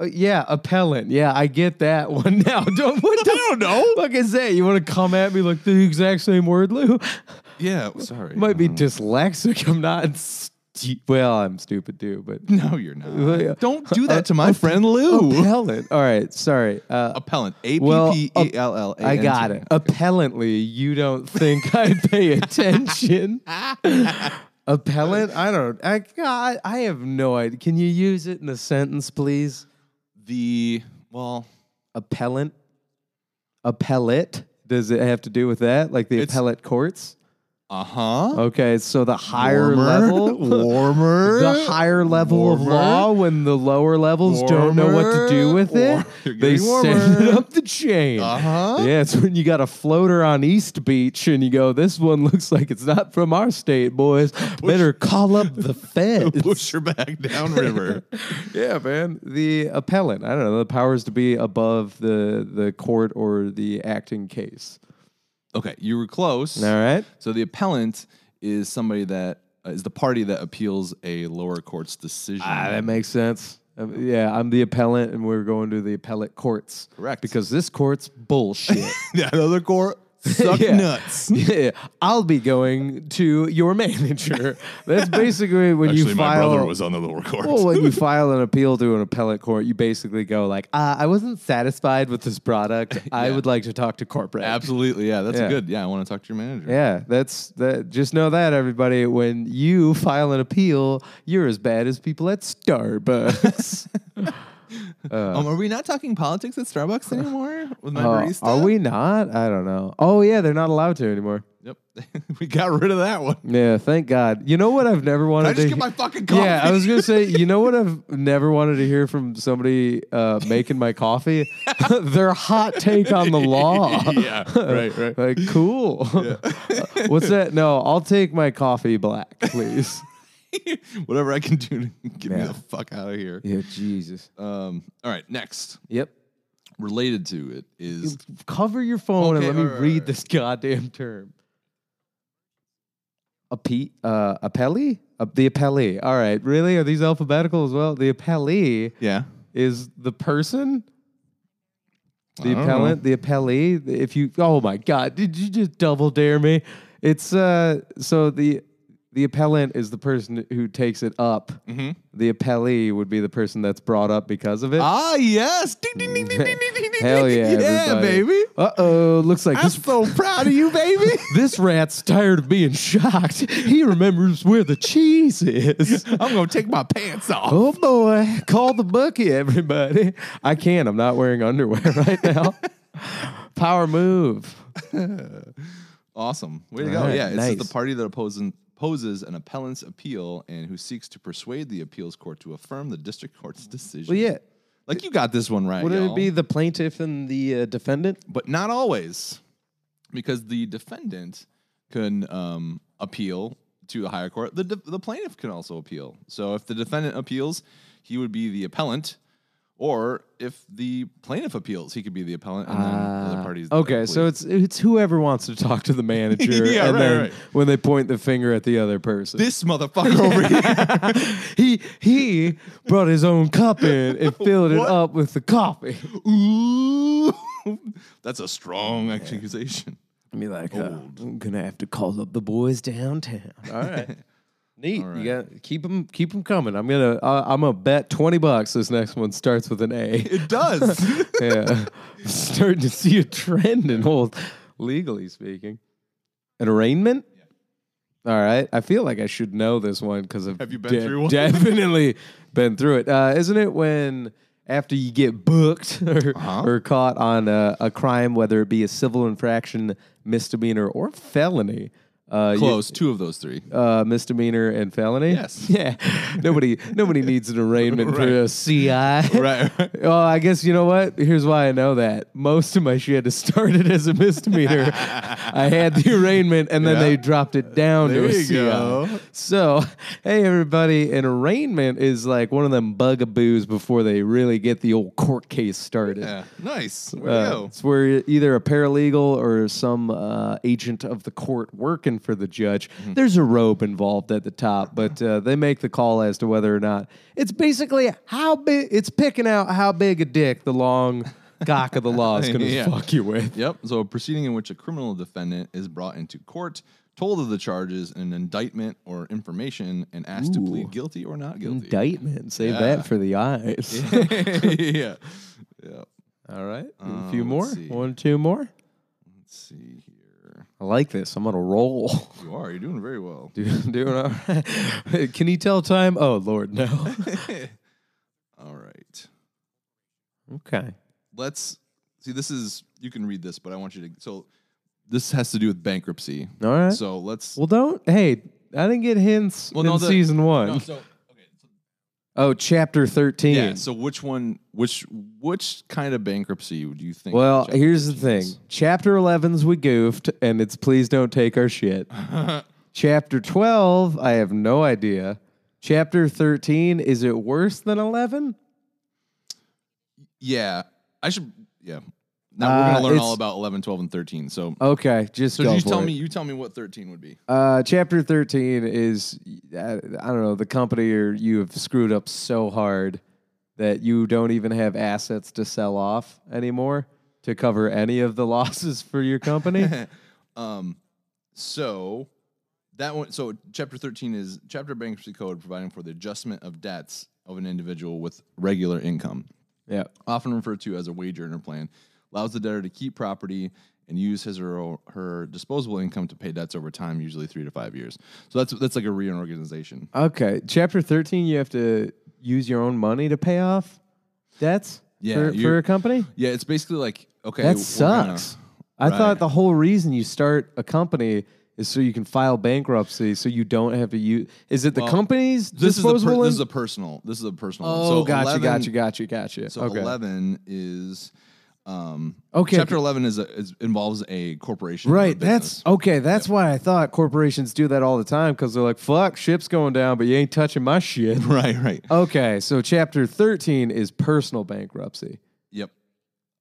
[SPEAKER 1] Uh, yeah, appellant. Yeah, I get that one now. Don't, what the
[SPEAKER 2] don't know.
[SPEAKER 1] fuck is that? You want to come at me like the exact same word, Lou?
[SPEAKER 2] Yeah, sorry.
[SPEAKER 1] Might be dyslexic. I'm not. Stu- well, I'm stupid too, but
[SPEAKER 2] No, you're
[SPEAKER 1] yeah. Uh,
[SPEAKER 2] not. Don't do that to my friend Lou.
[SPEAKER 1] appellant. All right, sorry. Uh,
[SPEAKER 2] Appellant. A P
[SPEAKER 1] Well, uh,
[SPEAKER 2] P E L L A.
[SPEAKER 1] I got it. Appellantly, you don't think I pay attention. Appellant? I don't. I God, I have no idea. Can you use it in a sentence, please?
[SPEAKER 2] The well,
[SPEAKER 1] Appellant. Appellate. Does it have to do with that? Like the
[SPEAKER 2] It's-
[SPEAKER 1] appellate courts?
[SPEAKER 2] uh huh.
[SPEAKER 1] Okay, so the higher level.
[SPEAKER 2] warmer.
[SPEAKER 1] The higher level of
[SPEAKER 2] Warmer.
[SPEAKER 1] law, when the lower levels don't know what to do
[SPEAKER 2] Warmer.
[SPEAKER 1] with
[SPEAKER 2] War-
[SPEAKER 1] it,
[SPEAKER 2] You're
[SPEAKER 1] they
[SPEAKER 2] getting warmer.
[SPEAKER 1] send it up the chain.
[SPEAKER 2] Uh huh.
[SPEAKER 1] Yeah, it's when you got a floater on East Beach and you go, this one looks like it's not from our state, boys. Better call up the
[SPEAKER 2] Push
[SPEAKER 1] feds.
[SPEAKER 2] her back downriver.
[SPEAKER 1] yeah, man. The appellant. I don't know. The powers to be above the, the court or the acting case.
[SPEAKER 2] okay, you were close.
[SPEAKER 1] All right.
[SPEAKER 2] So the appellant is somebody that uh, is the party that appeals a lower court's decision.
[SPEAKER 1] Ah, that makes sense. Um, yeah, I'm the appellant and we're going to the appellate courts.
[SPEAKER 2] Correct.
[SPEAKER 1] Because this court's bullshit.
[SPEAKER 2] that other court suck
[SPEAKER 1] Yeah.
[SPEAKER 2] nuts.
[SPEAKER 1] yeah, I'll be going to your manager. That's basically when you file. Oh,
[SPEAKER 2] on the lower court.
[SPEAKER 1] Well, when you file an appeal to an appellate court, you basically go like, uh, "I wasn't satisfied with this product. I would like to talk to corporate."
[SPEAKER 2] Absolutely, yeah. That's
[SPEAKER 1] Yeah.
[SPEAKER 2] good. Yeah, I want to talk to your manager.
[SPEAKER 1] Yeah, that's that. Just know that everybody, when you file an appeal, you're as bad as people at Starbucks.
[SPEAKER 2] Um, are we not talking politics at Starbucks anymore with my
[SPEAKER 1] Uh,
[SPEAKER 2] barista?
[SPEAKER 1] are we not? I don't know. Oh yeah, they're not allowed to anymore.
[SPEAKER 2] Yep, we got rid of that one.
[SPEAKER 1] Yeah, thank God. You know what I've never wanted
[SPEAKER 2] I
[SPEAKER 1] to
[SPEAKER 2] just get
[SPEAKER 1] he-
[SPEAKER 2] my fucking coffee.
[SPEAKER 1] Yeah, I was gonna say, you know what I've never wanted to hear from somebody uh, making my coffee? Their hot take on the law.
[SPEAKER 2] yeah, right, right.
[SPEAKER 1] Like, cool. What's that? No, I'll take my coffee black, please.
[SPEAKER 2] Whatever I can do to get me
[SPEAKER 1] Yeah.
[SPEAKER 2] the fuck out of here.
[SPEAKER 1] yeah, Jesus.
[SPEAKER 2] Um, all right, next
[SPEAKER 1] Yep.
[SPEAKER 2] related to it is
[SPEAKER 1] Cover your phone and
[SPEAKER 2] Okay,
[SPEAKER 1] let me
[SPEAKER 2] alright,
[SPEAKER 1] read
[SPEAKER 2] alright.
[SPEAKER 1] this goddamn term. A pe- uh, appellee? Uh, the appellee. All right. Really? Are these alphabetical as well? The appellee
[SPEAKER 2] yeah.
[SPEAKER 1] is the person
[SPEAKER 2] I
[SPEAKER 1] the
[SPEAKER 2] don't
[SPEAKER 1] appellant, the appellee. the- If you, oh my god, did you just double dare me? It's uh, so the the appellant is the person who takes it up.
[SPEAKER 2] Mm-hmm.
[SPEAKER 1] The appellee would be the person that's brought up because of it.
[SPEAKER 2] Ah, yes. Ding, ding, ding, ding, ding, ding, ding, ding,
[SPEAKER 1] Hell
[SPEAKER 2] ding,
[SPEAKER 1] yeah,
[SPEAKER 2] ding. yeah, baby.
[SPEAKER 1] Uh oh, looks like
[SPEAKER 2] I'm
[SPEAKER 1] this,
[SPEAKER 2] so proud of you, baby.
[SPEAKER 1] this rat's tired of being shocked. He remembers where the cheese is.
[SPEAKER 2] I'm gonna take my pants off.
[SPEAKER 1] Oh boy, call the bookie, everybody. I can't. I'm not wearing underwear right now. Power move.
[SPEAKER 2] Awesome. Way to go.
[SPEAKER 1] Alright,
[SPEAKER 2] yeah, it's the
[SPEAKER 1] nice.
[SPEAKER 2] party that opposes, opposes an appellant's appeal and who seeks to persuade the appeals court to affirm the district court's decision.
[SPEAKER 1] Well, yeah.
[SPEAKER 2] Like you got this one right.
[SPEAKER 1] Would it
[SPEAKER 2] y'all.
[SPEAKER 1] be the plaintiff and the uh, defendant?
[SPEAKER 2] but not always, because the defendant can um, appeal to the higher court. The, de- the plaintiff can also appeal. So if the defendant appeals, he would be the appellant, or if the plaintiff appeels, he could be the appellant, and then the other parties.
[SPEAKER 1] Ah, Okay, so it's it's whoever wants to talk to the manager,
[SPEAKER 2] Yeah,
[SPEAKER 1] and
[SPEAKER 2] right,
[SPEAKER 1] then
[SPEAKER 2] right.
[SPEAKER 1] when they point the finger at the other person,
[SPEAKER 2] this motherfucker over here.
[SPEAKER 1] he he brought his own cup in and filled it
[SPEAKER 2] What?
[SPEAKER 1] up with the coffee.
[SPEAKER 2] Ooh, that's a strong accusation.
[SPEAKER 1] Be like, uh, I'm gonna have to call up the boys downtown. All right, neat. You got keep them keep 'em coming. I'm gonna uh, I'm gonna bet twenty bucks this next one starts with an A.
[SPEAKER 2] It does.
[SPEAKER 1] yeah, starting to see a trend in whole legally speaking. An arraignment. All right, I feel like I should know this one because I've
[SPEAKER 2] Have you been through one?
[SPEAKER 1] definitely been through it. Uh, isn't it when after you get booked or,
[SPEAKER 2] Uh-huh.
[SPEAKER 1] or caught on a, a crime, whether it be a civil infraction, misdemeanor, or felony? Uh, you-
[SPEAKER 2] Close. Two of those three.
[SPEAKER 1] uh, misdemeanor and felony.
[SPEAKER 2] Yes.
[SPEAKER 1] Yeah. Nobody. Nobody needs an arraignment for a CI.
[SPEAKER 2] Right, right.
[SPEAKER 1] Well, I guess you know what. Here's why I know that. Most of my shit has started as a misdemeanor. I had the arraignment, and then
[SPEAKER 2] Yeah.
[SPEAKER 1] they dropped it down
[SPEAKER 2] There
[SPEAKER 1] to a
[SPEAKER 2] you
[SPEAKER 1] CI.
[SPEAKER 2] go.
[SPEAKER 1] So, hey everybody, an arraignment is like one of them bugaboos before they really get the old court case started.
[SPEAKER 2] Yeah. Nice. Way to
[SPEAKER 1] Uh,
[SPEAKER 2] go.
[SPEAKER 1] it's where either a paralegal or some uh, agent of the court working for the judge.
[SPEAKER 2] Mm-hmm.
[SPEAKER 1] There's a rope involved at the top, but uh, they make the call as to whether or not it's basically how big. It's picking out how big a dick the long cock of the law is going to
[SPEAKER 2] Yeah.
[SPEAKER 1] fuck you with.
[SPEAKER 2] Yep. So a proceeding in which a criminal defendant is brought into court, told of the charges and an indictment or information, and asked to plead guilty or not guilty.
[SPEAKER 1] Indictment. Save
[SPEAKER 2] Yeah.
[SPEAKER 1] that for the eyes.
[SPEAKER 2] yeah. Yeah.
[SPEAKER 1] All right.
[SPEAKER 2] Uh,
[SPEAKER 1] a few
[SPEAKER 2] let's
[SPEAKER 1] more.
[SPEAKER 2] see.
[SPEAKER 1] One, two more.
[SPEAKER 2] Let's see here.
[SPEAKER 1] I like this. I'm on a roll.
[SPEAKER 2] You are. You're doing very well.
[SPEAKER 1] Dude, doing all right. Can you tell time? Oh, Lord, no.
[SPEAKER 2] All right.
[SPEAKER 1] okay.
[SPEAKER 2] Let's see. This is. You can read this, but I want you to. So this has to do with bankruptcy.
[SPEAKER 1] All right.
[SPEAKER 2] So let's.
[SPEAKER 1] Well, don't. Hey, I didn't get hints
[SPEAKER 2] Well,
[SPEAKER 1] in
[SPEAKER 2] no, the-
[SPEAKER 1] season one.
[SPEAKER 2] No, so, okay, so
[SPEAKER 1] Oh, chapter thirteen.
[SPEAKER 2] yeah. So which one? Which which kind of bankruptcy would you think?
[SPEAKER 1] well,
[SPEAKER 2] Jack-
[SPEAKER 1] here's the thing. Chapter 11's we goofed, and it's please don't take our shit. chapter 12, I have no idea. Chapter 13, is it worse than 11?
[SPEAKER 2] Yeah. I should yeah. Now we're
[SPEAKER 1] Uh,
[SPEAKER 2] gonna learn all
[SPEAKER 1] it's-
[SPEAKER 2] about 11, 12, and 13. So
[SPEAKER 1] Okay, just
[SPEAKER 2] so
[SPEAKER 1] go
[SPEAKER 2] you
[SPEAKER 1] for
[SPEAKER 2] tell
[SPEAKER 1] it.
[SPEAKER 2] me you tell me what 13 would be.
[SPEAKER 1] Uh, chapter 13 is, uh, I don't know, the company or you have screwed up so hard that you don't even have assets to sell off anymore to cover any of the losses for your company.
[SPEAKER 2] So that one so chapter 13 is chapter of bankruptcy code providing for the adjustment of debts of an individual with regular income,
[SPEAKER 1] yeah.
[SPEAKER 2] often referred to as a wage earner plan, allows the debtor to keep property and use his or her disposable income to pay debts over time, usually three to five years. So that's that's like a reorganization.
[SPEAKER 1] Uh, Okay. Chapter 13, you have to use your own money to pay off debts
[SPEAKER 2] Yeah,
[SPEAKER 1] for,
[SPEAKER 2] you're-
[SPEAKER 1] for a company?
[SPEAKER 2] Yeah, it's basically like okay,
[SPEAKER 1] That
[SPEAKER 2] we're gonna-
[SPEAKER 1] sucks. I
[SPEAKER 2] Right.
[SPEAKER 1] thought the whole reason you start a company is so you can file bankruptcy so you don't have to use. Is it the company's
[SPEAKER 2] this is, a
[SPEAKER 1] disposable
[SPEAKER 2] per,
[SPEAKER 1] in-
[SPEAKER 2] this is a personal. This is a personal. one.
[SPEAKER 1] Oh,
[SPEAKER 2] Mm, so
[SPEAKER 1] gotcha,
[SPEAKER 2] 11
[SPEAKER 1] gotcha, gotcha, gotcha.
[SPEAKER 2] So
[SPEAKER 1] okay.
[SPEAKER 2] eleven is um
[SPEAKER 1] Okay,
[SPEAKER 2] Chapter
[SPEAKER 1] okay.
[SPEAKER 2] eleven is, a, is involves a corporation. or a
[SPEAKER 1] Right. That's
[SPEAKER 2] business.
[SPEAKER 1] okay. That's why I thought corporations do that all the time because they're like, fuck, ship's going down, but you ain't touching my shit.
[SPEAKER 2] right, right.
[SPEAKER 1] okay. So chapter 13 is personal bankruptcy.
[SPEAKER 2] Yep.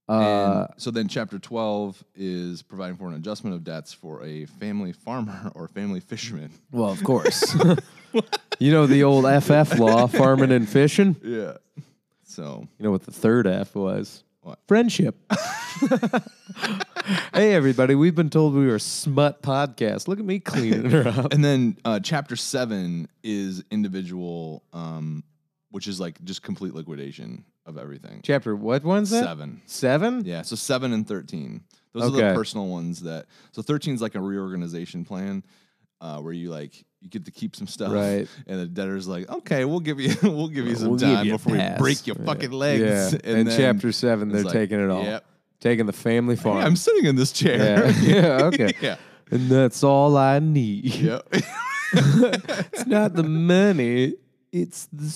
[SPEAKER 1] Uh,
[SPEAKER 2] and so then chapter twelve is providing for an adjustment of debts for a family farmer or family fisherman.
[SPEAKER 1] well, of course. you know the old FF law, farming and fishing?
[SPEAKER 2] Yeah. So
[SPEAKER 1] You know what the third F was?
[SPEAKER 2] What?
[SPEAKER 1] Friendship. hey, everybody. We've been told we were a smut podcast. Look at me cleaning her up.
[SPEAKER 2] and then uh, chapter seven is individual, um, which is like just complete liquidation of everything.
[SPEAKER 1] Chapter, what one's that?
[SPEAKER 2] seven.
[SPEAKER 1] Seven?
[SPEAKER 2] Yeah, so seven and thirteen. Those are
[SPEAKER 1] Okay.
[SPEAKER 2] the personal ones that. So thirteen's like a reorganization plan, uh, where you like you get to keep some stuff,
[SPEAKER 1] Right.
[SPEAKER 2] And the debtor's like, okay, we'll give you, we'll give you some
[SPEAKER 1] We'll give
[SPEAKER 2] time
[SPEAKER 1] you a
[SPEAKER 2] before
[SPEAKER 1] pass."
[SPEAKER 2] we break your fucking legs.
[SPEAKER 1] Yeah. And,
[SPEAKER 2] then-
[SPEAKER 1] chapter seven, they're
[SPEAKER 2] like,
[SPEAKER 1] taking it all.
[SPEAKER 2] yep.
[SPEAKER 1] Taking the family
[SPEAKER 2] Yeah, I'm
[SPEAKER 1] farm.
[SPEAKER 2] sitting in this chair.
[SPEAKER 1] yeah. Yeah, okay.
[SPEAKER 2] yeah.
[SPEAKER 1] And that's all I need.
[SPEAKER 2] Yeah.
[SPEAKER 1] It's not the money, it's the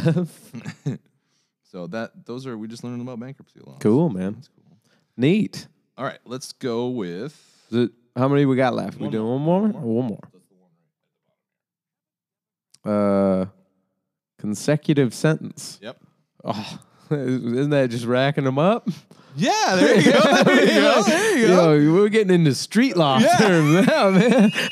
[SPEAKER 1] stuff.
[SPEAKER 2] So that those are we just learned about bankruptcy law.
[SPEAKER 1] Cool, man. Neat.
[SPEAKER 2] All right, let's go with
[SPEAKER 1] Is it- how many we got left? we
[SPEAKER 2] One
[SPEAKER 1] doing
[SPEAKER 2] more.
[SPEAKER 1] one more? Or One more. Uh, consecutive sentence.
[SPEAKER 2] Yep.
[SPEAKER 1] Oh, isn't that just racking them up?
[SPEAKER 2] Yeah, there you go. There you go. There you go.
[SPEAKER 1] Yo, we're getting into street law
[SPEAKER 2] Yeah.
[SPEAKER 1] terms now, man.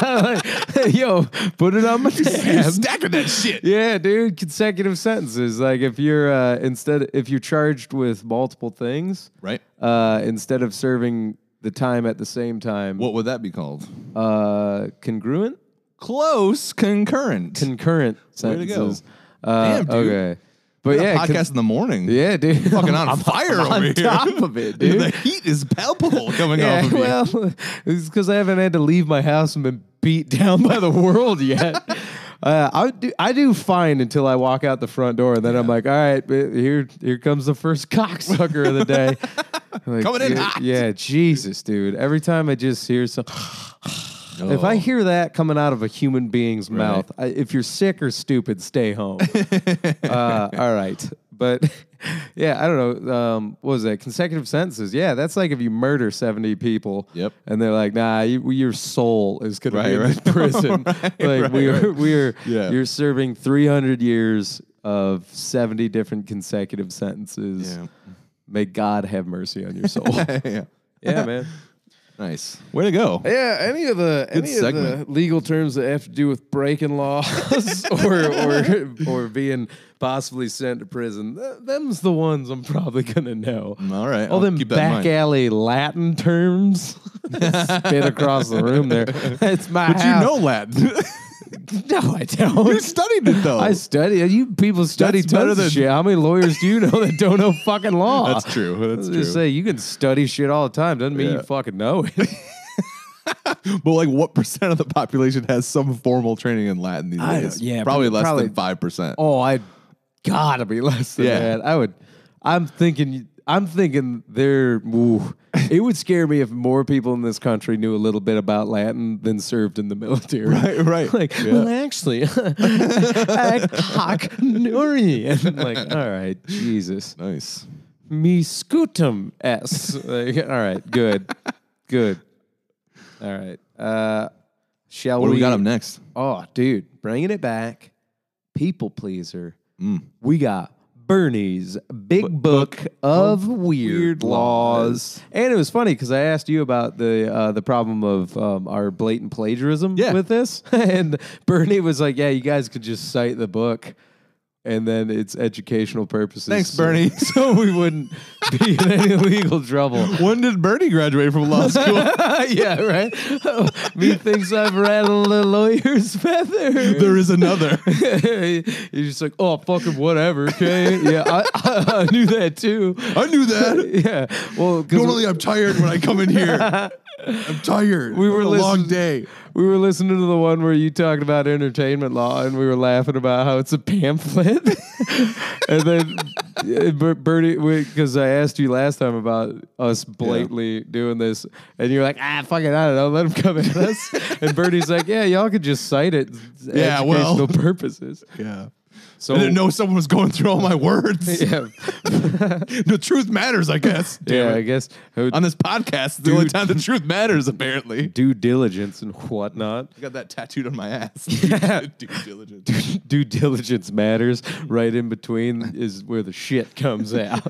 [SPEAKER 1] Like, yo, put it on my tab.
[SPEAKER 2] Stacking that shit.
[SPEAKER 1] Yeah, dude, consecutive sentences. Like if you're uh, instead if you're charged with multiple things,
[SPEAKER 2] Right?
[SPEAKER 1] uh, instead of serving the time at the same time,
[SPEAKER 2] What would that be called?
[SPEAKER 1] uh, congruent,
[SPEAKER 2] Close concurrent.
[SPEAKER 1] concurrent
[SPEAKER 2] Way to go.
[SPEAKER 1] sentences. Uh,
[SPEAKER 2] Damn, dude.
[SPEAKER 1] Okay, but
[SPEAKER 2] Got a
[SPEAKER 1] yeah, con-
[SPEAKER 2] podcast in the morning.
[SPEAKER 1] yeah, dude,
[SPEAKER 2] Fucking on fire
[SPEAKER 1] I'm
[SPEAKER 2] over
[SPEAKER 1] on
[SPEAKER 2] here.
[SPEAKER 1] top of it, dude.
[SPEAKER 2] the heat is palpable coming
[SPEAKER 1] Yeah,
[SPEAKER 2] off of you.
[SPEAKER 1] well, it's because I haven't had to leave my house and been beat down by the world yet. Uh, I do I do fine until I walk out the front door, and then I'm like, all right, eh, here here comes the first cocksucker of the day. Like,
[SPEAKER 2] Coming in
[SPEAKER 1] yeah,
[SPEAKER 2] hot.
[SPEAKER 1] yeah, Jesus, dude. Every time I just hear some,
[SPEAKER 2] Oh.
[SPEAKER 1] if I hear that coming out of a human being's mouth, I, if you're sick or stupid, stay home. uh, all right, but yeah, I don't know. Um, what was that? Consecutive sentences. Yeah, that's like if you murder seventy people.
[SPEAKER 2] Yep.
[SPEAKER 1] And they're like, nah, you, your soul is gonna
[SPEAKER 2] Right,
[SPEAKER 1] be in
[SPEAKER 2] right.
[SPEAKER 1] this prison. like we are, we are.
[SPEAKER 2] Yeah.
[SPEAKER 1] You're serving three hundred years of seventy different consecutive sentences.
[SPEAKER 2] Yeah.
[SPEAKER 1] May God have mercy on your soul.
[SPEAKER 2] yeah.
[SPEAKER 1] yeah, man.
[SPEAKER 2] Nice. Way to go.
[SPEAKER 1] Yeah, any of the any of
[SPEAKER 2] segment.
[SPEAKER 1] the legal terms that have to do with breaking laws or or or being possibly sent to prison, th- them's the ones I'm probably gonna know.
[SPEAKER 2] Mm, All right.
[SPEAKER 1] All
[SPEAKER 2] I'll
[SPEAKER 1] Oh, them
[SPEAKER 2] keep that in
[SPEAKER 1] back
[SPEAKER 2] mind.
[SPEAKER 1] alley Latin terms spit across the room there. It's my
[SPEAKER 2] But you know Latin.
[SPEAKER 1] no, I don't.
[SPEAKER 2] you studied it though.
[SPEAKER 1] I study. You people study
[SPEAKER 2] That's better
[SPEAKER 1] tons
[SPEAKER 2] than-
[SPEAKER 1] of shit. How many lawyers do you know that don't know fucking law?
[SPEAKER 2] That's true. That's
[SPEAKER 1] I was
[SPEAKER 2] true.
[SPEAKER 1] Just say you can study shit all the time. Doesn't mean
[SPEAKER 2] Yeah.
[SPEAKER 1] you fucking know it.
[SPEAKER 2] but like, what percent of the population has some formal training in Latin these
[SPEAKER 1] I-
[SPEAKER 2] days?
[SPEAKER 1] yeah,
[SPEAKER 2] probably
[SPEAKER 1] prob-
[SPEAKER 2] less
[SPEAKER 1] probably-
[SPEAKER 2] than five percent.
[SPEAKER 1] Oh, I gotta be less than
[SPEAKER 2] Yeah.
[SPEAKER 1] that. I would. I'm thinking. I'm thinking there. Ooh, it would scare me if more people in this country knew a little bit about Latin than served in the military.
[SPEAKER 2] Right, right.
[SPEAKER 1] Like,
[SPEAKER 2] Yeah.
[SPEAKER 1] well, actually, ag hoc nori. And like, all right, Jesus,
[SPEAKER 2] Nice.
[SPEAKER 1] me scutum s. Like, all right, good, good. All right. Uh, shall
[SPEAKER 2] What do
[SPEAKER 1] we?
[SPEAKER 2] we got up next?
[SPEAKER 1] Oh, dude, bringing it back. People pleaser.
[SPEAKER 2] Mm.
[SPEAKER 1] We got Bernie's Big Book, of, Weird,
[SPEAKER 2] Weird
[SPEAKER 1] Laws.
[SPEAKER 2] Laws.
[SPEAKER 1] And it was funny because I asked you about the uh, the problem of um, our blatant plagiarism
[SPEAKER 2] Yeah.
[SPEAKER 1] with this. and Bernie was like, yeah, you guys could just cite the book. And then it's educational purposes.
[SPEAKER 2] Thanks,
[SPEAKER 1] so-
[SPEAKER 2] Bernie.
[SPEAKER 1] So we wouldn't be in any legal trouble.
[SPEAKER 2] When did Bernie graduate from law school?
[SPEAKER 1] yeah, right. Oh, me thinks I've rattled a lawyer's feather.
[SPEAKER 2] there is another.
[SPEAKER 1] You're just like, oh, fucking whatever. Okay. yeah, I, I, I knew that too.
[SPEAKER 2] I knew that.
[SPEAKER 1] Yeah. Well, because
[SPEAKER 2] Normally, I'm tired when I come in here. I'm tired.
[SPEAKER 1] We were
[SPEAKER 2] a long
[SPEAKER 1] listening-
[SPEAKER 2] day.
[SPEAKER 1] we were listening to the one where you talked about entertainment law and we were laughing about how it's a pamphlet. and then uh, Ber- Bernie, because I asked you last time about us blatantly doing this, and you're like, ah, fucking, I don't know, let him come at us. and Bernie's like, yeah, y'all could just cite it. for
[SPEAKER 2] Yeah, well.
[SPEAKER 1] educational purposes.
[SPEAKER 2] Yeah.
[SPEAKER 1] So,
[SPEAKER 2] I didn't know someone was going through all my words.
[SPEAKER 1] Yeah,
[SPEAKER 2] the truth matters, I guess. Damn
[SPEAKER 1] yeah,
[SPEAKER 2] it.
[SPEAKER 1] I guess. Who-
[SPEAKER 2] On this podcast, it's the only
[SPEAKER 1] Dude.
[SPEAKER 2] time the truth matters, apparently.
[SPEAKER 1] due diligence and whatnot.
[SPEAKER 2] I got that tattooed on my ass. Due diligence.
[SPEAKER 1] due diligence matters. Right in between is where the shit comes out.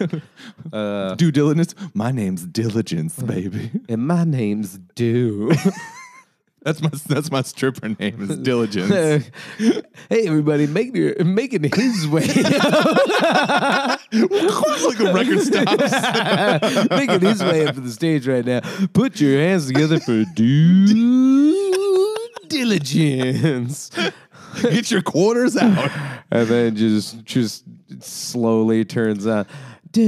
[SPEAKER 1] Uh,
[SPEAKER 2] Due diligence. My name's Diligence, baby.
[SPEAKER 1] and my name's Dew.
[SPEAKER 2] That's my that's my stripper name is
[SPEAKER 1] hey
[SPEAKER 2] Diligence.
[SPEAKER 1] everybody, make me making his way,
[SPEAKER 2] like the record stops.
[SPEAKER 1] making his way up to the stage right now. Put your hands together for due diligence,
[SPEAKER 2] Get your quarters out.
[SPEAKER 1] and then just just slowly turns on. I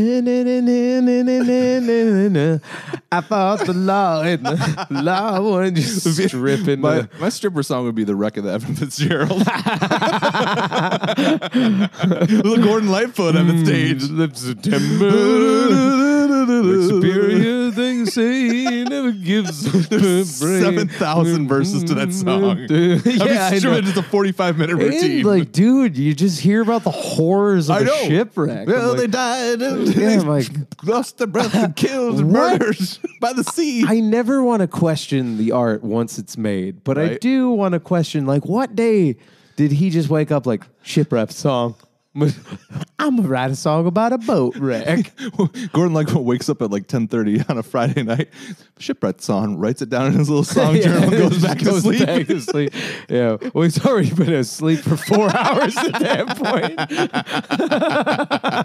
[SPEAKER 1] fought the law and the law wanted just strip into
[SPEAKER 2] My,
[SPEAKER 1] the-
[SPEAKER 2] my stripper song would be the wreck of the Evan Fitzgerald. Little
[SPEAKER 1] Mm,
[SPEAKER 2] Gordon Lightfoot on the stage.
[SPEAKER 1] September. Superior things say he never gives a
[SPEAKER 2] Seven thousand verses to
[SPEAKER 1] Mm,
[SPEAKER 2] that song.
[SPEAKER 1] Dude,
[SPEAKER 2] I mean,
[SPEAKER 1] yeah, I
[SPEAKER 2] sure,
[SPEAKER 1] know.
[SPEAKER 2] it's a forty-five minute routine.
[SPEAKER 1] And like, dude, you just hear about the horrors of
[SPEAKER 2] I
[SPEAKER 1] a
[SPEAKER 2] know.
[SPEAKER 1] shipwreck. I'm
[SPEAKER 2] Well,
[SPEAKER 1] like,
[SPEAKER 2] they died. And
[SPEAKER 1] yeah,
[SPEAKER 2] they
[SPEAKER 1] I'm like,
[SPEAKER 2] lost their breath and killed and
[SPEAKER 1] What?
[SPEAKER 2] murdered by the sea.
[SPEAKER 1] I never want to question the art once it's made, but I
[SPEAKER 2] Right.
[SPEAKER 1] do want to question like what day did he just wake up like shipwreck song? I'm gonna write a song about a boat wreck.
[SPEAKER 2] Gordon Lightfoot wakes up at like ten thirty on a Friday night. Shipwreck song writes it down in his little song
[SPEAKER 1] Yeah,
[SPEAKER 2] journal, and goes
[SPEAKER 1] just
[SPEAKER 2] back to
[SPEAKER 1] goes
[SPEAKER 2] sleep.
[SPEAKER 1] back to sleep. Yeah, well, he's already been asleep for four hours at that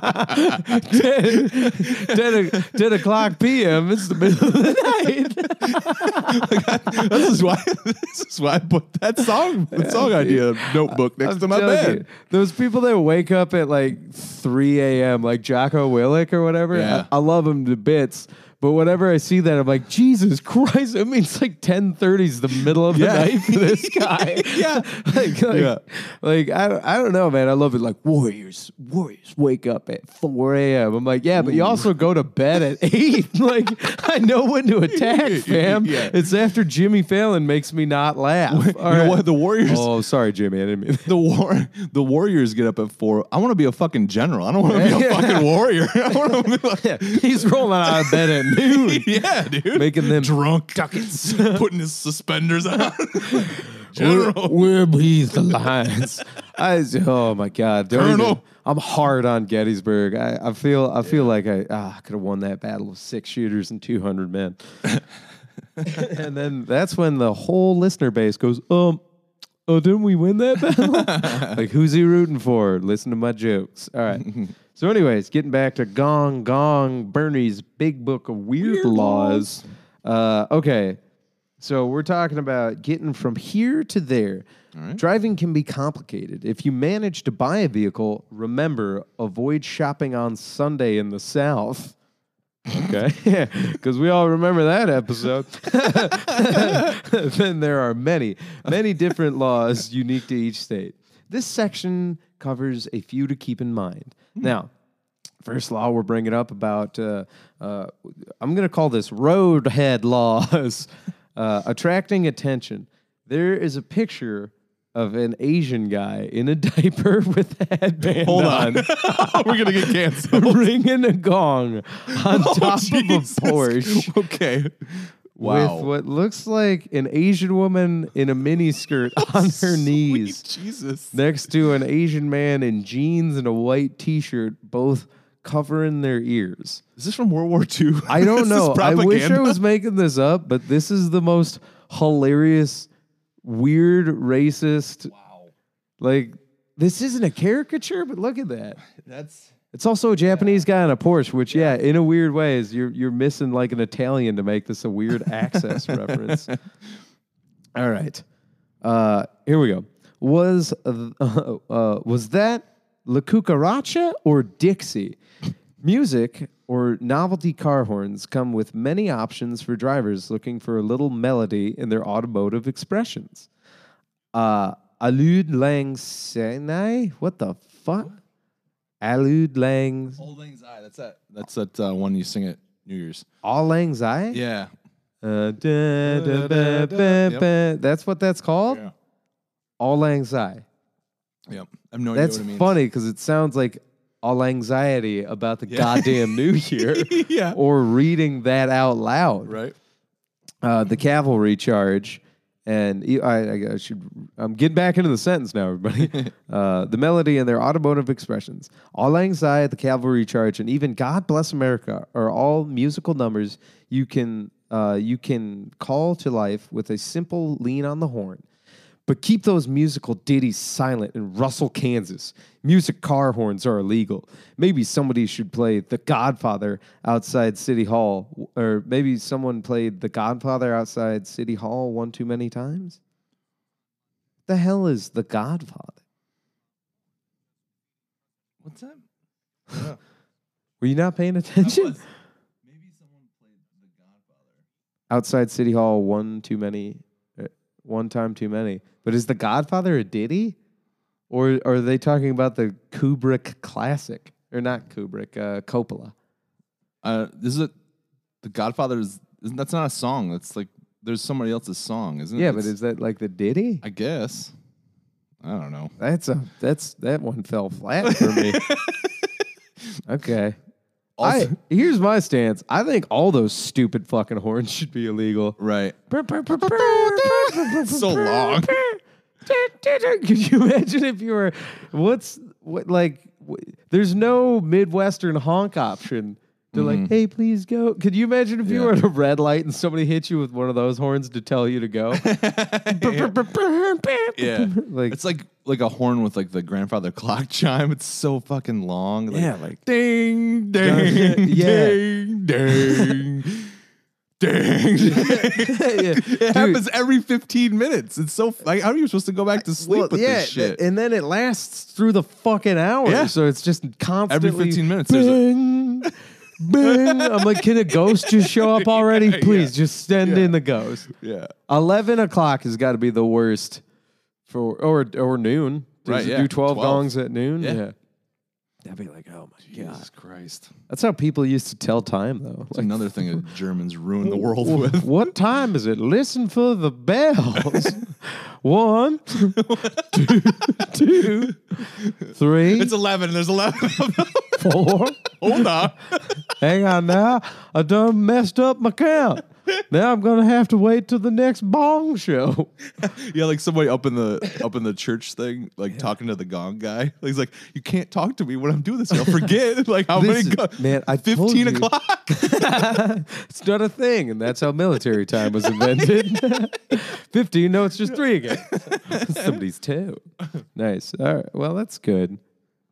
[SPEAKER 1] point. ten, 10 o- 10 o'clock p.m. It's the middle of the night.
[SPEAKER 2] this is why. This is why I put that song, the song idea notebook next
[SPEAKER 1] I'm
[SPEAKER 2] to my
[SPEAKER 1] telling
[SPEAKER 2] bed.
[SPEAKER 1] you, those people that wake up at like 3 a.m., like Jocko Willick or whatever,
[SPEAKER 2] Yeah.
[SPEAKER 1] I, I love him to bits. But whenever I see that, I'm like, Jesus Christ! I mean, it's like 10:30 is the middle of
[SPEAKER 2] Yeah.
[SPEAKER 1] the night for this guy.
[SPEAKER 2] Yeah.
[SPEAKER 1] like, like,
[SPEAKER 2] Yeah.
[SPEAKER 1] like, I, don't- I don't know, man. I love it. Like Warriors, Warriors wake up at 4 a.m. I'm like, yeah, but you also go to bed at eight. like, I know when to attack, fam.
[SPEAKER 2] Yeah.
[SPEAKER 1] It's after Jimmy Fallon makes me not laugh. All
[SPEAKER 2] you know
[SPEAKER 1] right.
[SPEAKER 2] what? The Warriors.
[SPEAKER 1] Oh, sorry, Jimmy. I didn't mean
[SPEAKER 2] The war, the Warriors get up at four. I want to be a fucking general. I don't want to be a fucking warrior. I want to be like, yeah.
[SPEAKER 1] He's rolling out of bed at noon,
[SPEAKER 2] dude.
[SPEAKER 1] making them
[SPEAKER 2] drunk ducats, putting his suspenders on.
[SPEAKER 1] We're,
[SPEAKER 2] general,
[SPEAKER 1] we're beneath the lines. I, s- oh my God, Don't even-
[SPEAKER 2] Colonel.
[SPEAKER 1] I'm hard on Gettysburg. I, I feel I feel like I ah, could have won that battle with six shooters and 200 men. and then that's when the whole listener base goes, um, oh, didn't we win that battle? like, who's he rooting for? Listen to my jokes. All right. so, anyways, getting back to Gong Gong Bernie's Big Book of Weird,
[SPEAKER 2] Weird
[SPEAKER 1] Laws. Uh, okay. So we're talking about getting from here to there. Driving can be complicated. If you manage to buy a vehicle, remember avoid shopping on Sunday in the South. Okay, because we all remember that episode. then there are many, many different laws unique to each state. This section covers a few to keep in mind.
[SPEAKER 2] Hmm.
[SPEAKER 1] Now, first law we're bringing up about uh, uh, i'm going to call this roadhead laws uh, attracting attention there is a picture of an asian guy in a diaper with a headband
[SPEAKER 2] hold
[SPEAKER 1] on
[SPEAKER 2] on. we're gonna get canceled. Oh,
[SPEAKER 1] ringing a gong on top
[SPEAKER 2] Jesus.
[SPEAKER 1] of a porsche
[SPEAKER 2] Okay. Wow.
[SPEAKER 1] with what looks like an asian woman in a miniskirt on her knees
[SPEAKER 2] Jesus.
[SPEAKER 1] next to an asian man in jeans and a white t-shirt both covering their ears
[SPEAKER 2] Is this from World War II?
[SPEAKER 1] I don't
[SPEAKER 2] This is
[SPEAKER 1] know. I wish I
[SPEAKER 2] propaganda?
[SPEAKER 1] was making this up, but this is the most hilarious, weird, racist.
[SPEAKER 2] Wow.
[SPEAKER 1] Like, this isn't a caricature, but look at that.
[SPEAKER 2] That's
[SPEAKER 1] It's also a Japanese guy on a Porsche, which, yeah, in a weird way, is you're you're missing like an Italian to make this a weird access reference. All right, uh, here we go. Was uh, uh, was that La Cucaracha or Dixie? Music or novelty car horns come with many options for drivers looking for a little melody in their automotive expressions. Uh, Alud Lang Senai? What the fuck? Alud Lang
[SPEAKER 2] Old Lang Syne. That's that. That's that uh, one you sing at New Year's.
[SPEAKER 1] All Lang Syne?
[SPEAKER 2] Yeah.
[SPEAKER 1] Uh, da, da, ba, ba,
[SPEAKER 2] Yep.
[SPEAKER 1] ba. That's what that's called?
[SPEAKER 2] Yeah.
[SPEAKER 1] All Lang Syne.
[SPEAKER 2] Yep. I have no
[SPEAKER 1] That's
[SPEAKER 2] idea what
[SPEAKER 1] funny because it sounds like all anxiety about the
[SPEAKER 2] Yeah.
[SPEAKER 1] goddamn New Year
[SPEAKER 2] it means. yeah.
[SPEAKER 1] or reading that out loud.
[SPEAKER 2] Right.
[SPEAKER 1] uh, the cavalry charge. And e- I, I- I should, I'm getting back into the sentence now, everybody. uh, the melody and their automotive expressions. All Lang Syne, the cavalry charge, and even God Bless America are all musical numbers you can, uh, you can call to life with a simple lean on the horn. But keep those musical ditties silent in Russell, Kansas. Music car horns are illegal. Maybe somebody should play The Godfather outside City Hall, or maybe someone played The Godfather outside City Hall one too many times. The hell is The Godfather?
[SPEAKER 2] What's that?
[SPEAKER 1] Were you not paying attention?
[SPEAKER 2] Maybe someone played The Godfather.
[SPEAKER 1] Outside City Hall one too many, uh, one time too many. But is The Godfather a ditty, or, or are they talking about the Kubrick classic, or not Kubrick, uh, Coppola?
[SPEAKER 2] Uh, this is a, The Godfather is Isn't- That's not a song. That's like there's somebody else's song, isn't it?
[SPEAKER 1] Yeah, but
[SPEAKER 2] It's-
[SPEAKER 1] is that like the ditty?
[SPEAKER 2] I guess. I don't know.
[SPEAKER 1] That's a that's that one fell flat for me. okay. I,
[SPEAKER 2] Also-
[SPEAKER 1] here's my stance. I think all those stupid fucking horns should be illegal.
[SPEAKER 2] Right.
[SPEAKER 1] so
[SPEAKER 2] So long.
[SPEAKER 1] Could you imagine if you were what's what like wh- there's no midwestern honk option. They're like, hey, please go. Could you imagine if you
[SPEAKER 2] Mm-hmm. Yeah.
[SPEAKER 1] were at a red light and somebody hit you with one of those horns to tell you to go?
[SPEAKER 2] Yeah.
[SPEAKER 1] Like-
[SPEAKER 2] it's like like a horn with like the grandfather clock chime. It's so fucking long. Like,
[SPEAKER 1] Yeah, like-
[SPEAKER 2] ding ding
[SPEAKER 1] Yeah.
[SPEAKER 2] ding ding ding.
[SPEAKER 1] Yeah.
[SPEAKER 2] It happens every 15 minutes. It's so like how are you supposed to go back to sleep
[SPEAKER 1] Well,
[SPEAKER 2] with
[SPEAKER 1] yeah,
[SPEAKER 2] this shit?
[SPEAKER 1] and then it lasts through the fucking hour.
[SPEAKER 2] Yeah.
[SPEAKER 1] So it's just constantly
[SPEAKER 2] 15 minutes, there's a-
[SPEAKER 1] Bing, bing. I'm like, can a ghost just show up already?
[SPEAKER 2] Yeah,
[SPEAKER 1] Please, just send
[SPEAKER 2] Yeah.
[SPEAKER 1] in the ghost.
[SPEAKER 2] yeah.
[SPEAKER 1] Eleven o'clock has got to be the worst for or or noon. Does
[SPEAKER 2] Right,
[SPEAKER 1] it
[SPEAKER 2] yeah,
[SPEAKER 1] Do twelve,
[SPEAKER 2] 12.
[SPEAKER 1] gongs at noon.
[SPEAKER 2] Yeah.
[SPEAKER 1] That'd be like, oh my god.
[SPEAKER 2] Jesus Christ.
[SPEAKER 1] That's how people used to tell time though.
[SPEAKER 2] It's another thing that Germans ruin the world
[SPEAKER 1] Wh-
[SPEAKER 2] with.
[SPEAKER 1] What time is it? Listen for the bells. One, two, two, three,
[SPEAKER 2] It's 11. There's 11 of them.
[SPEAKER 1] four.
[SPEAKER 2] Hold on.
[SPEAKER 1] Hang on now. I done messed up my count. Now I'm gonna have to wait till the next bong show.
[SPEAKER 2] Yeah, like somebody up in the up in the church thing, like talking to the gong guy. Like, he's like, "You can't talk to me when I'm doing this. I'll forget." like how
[SPEAKER 1] This
[SPEAKER 2] many?
[SPEAKER 1] is-
[SPEAKER 2] Go-
[SPEAKER 1] man, I told
[SPEAKER 2] fifteen
[SPEAKER 1] you.
[SPEAKER 2] o'clock.
[SPEAKER 1] It's not a thing, and that's how military time was invented. Fifteen? No, it's just three again. Somebody's two. Nice. All right. Well, that's good.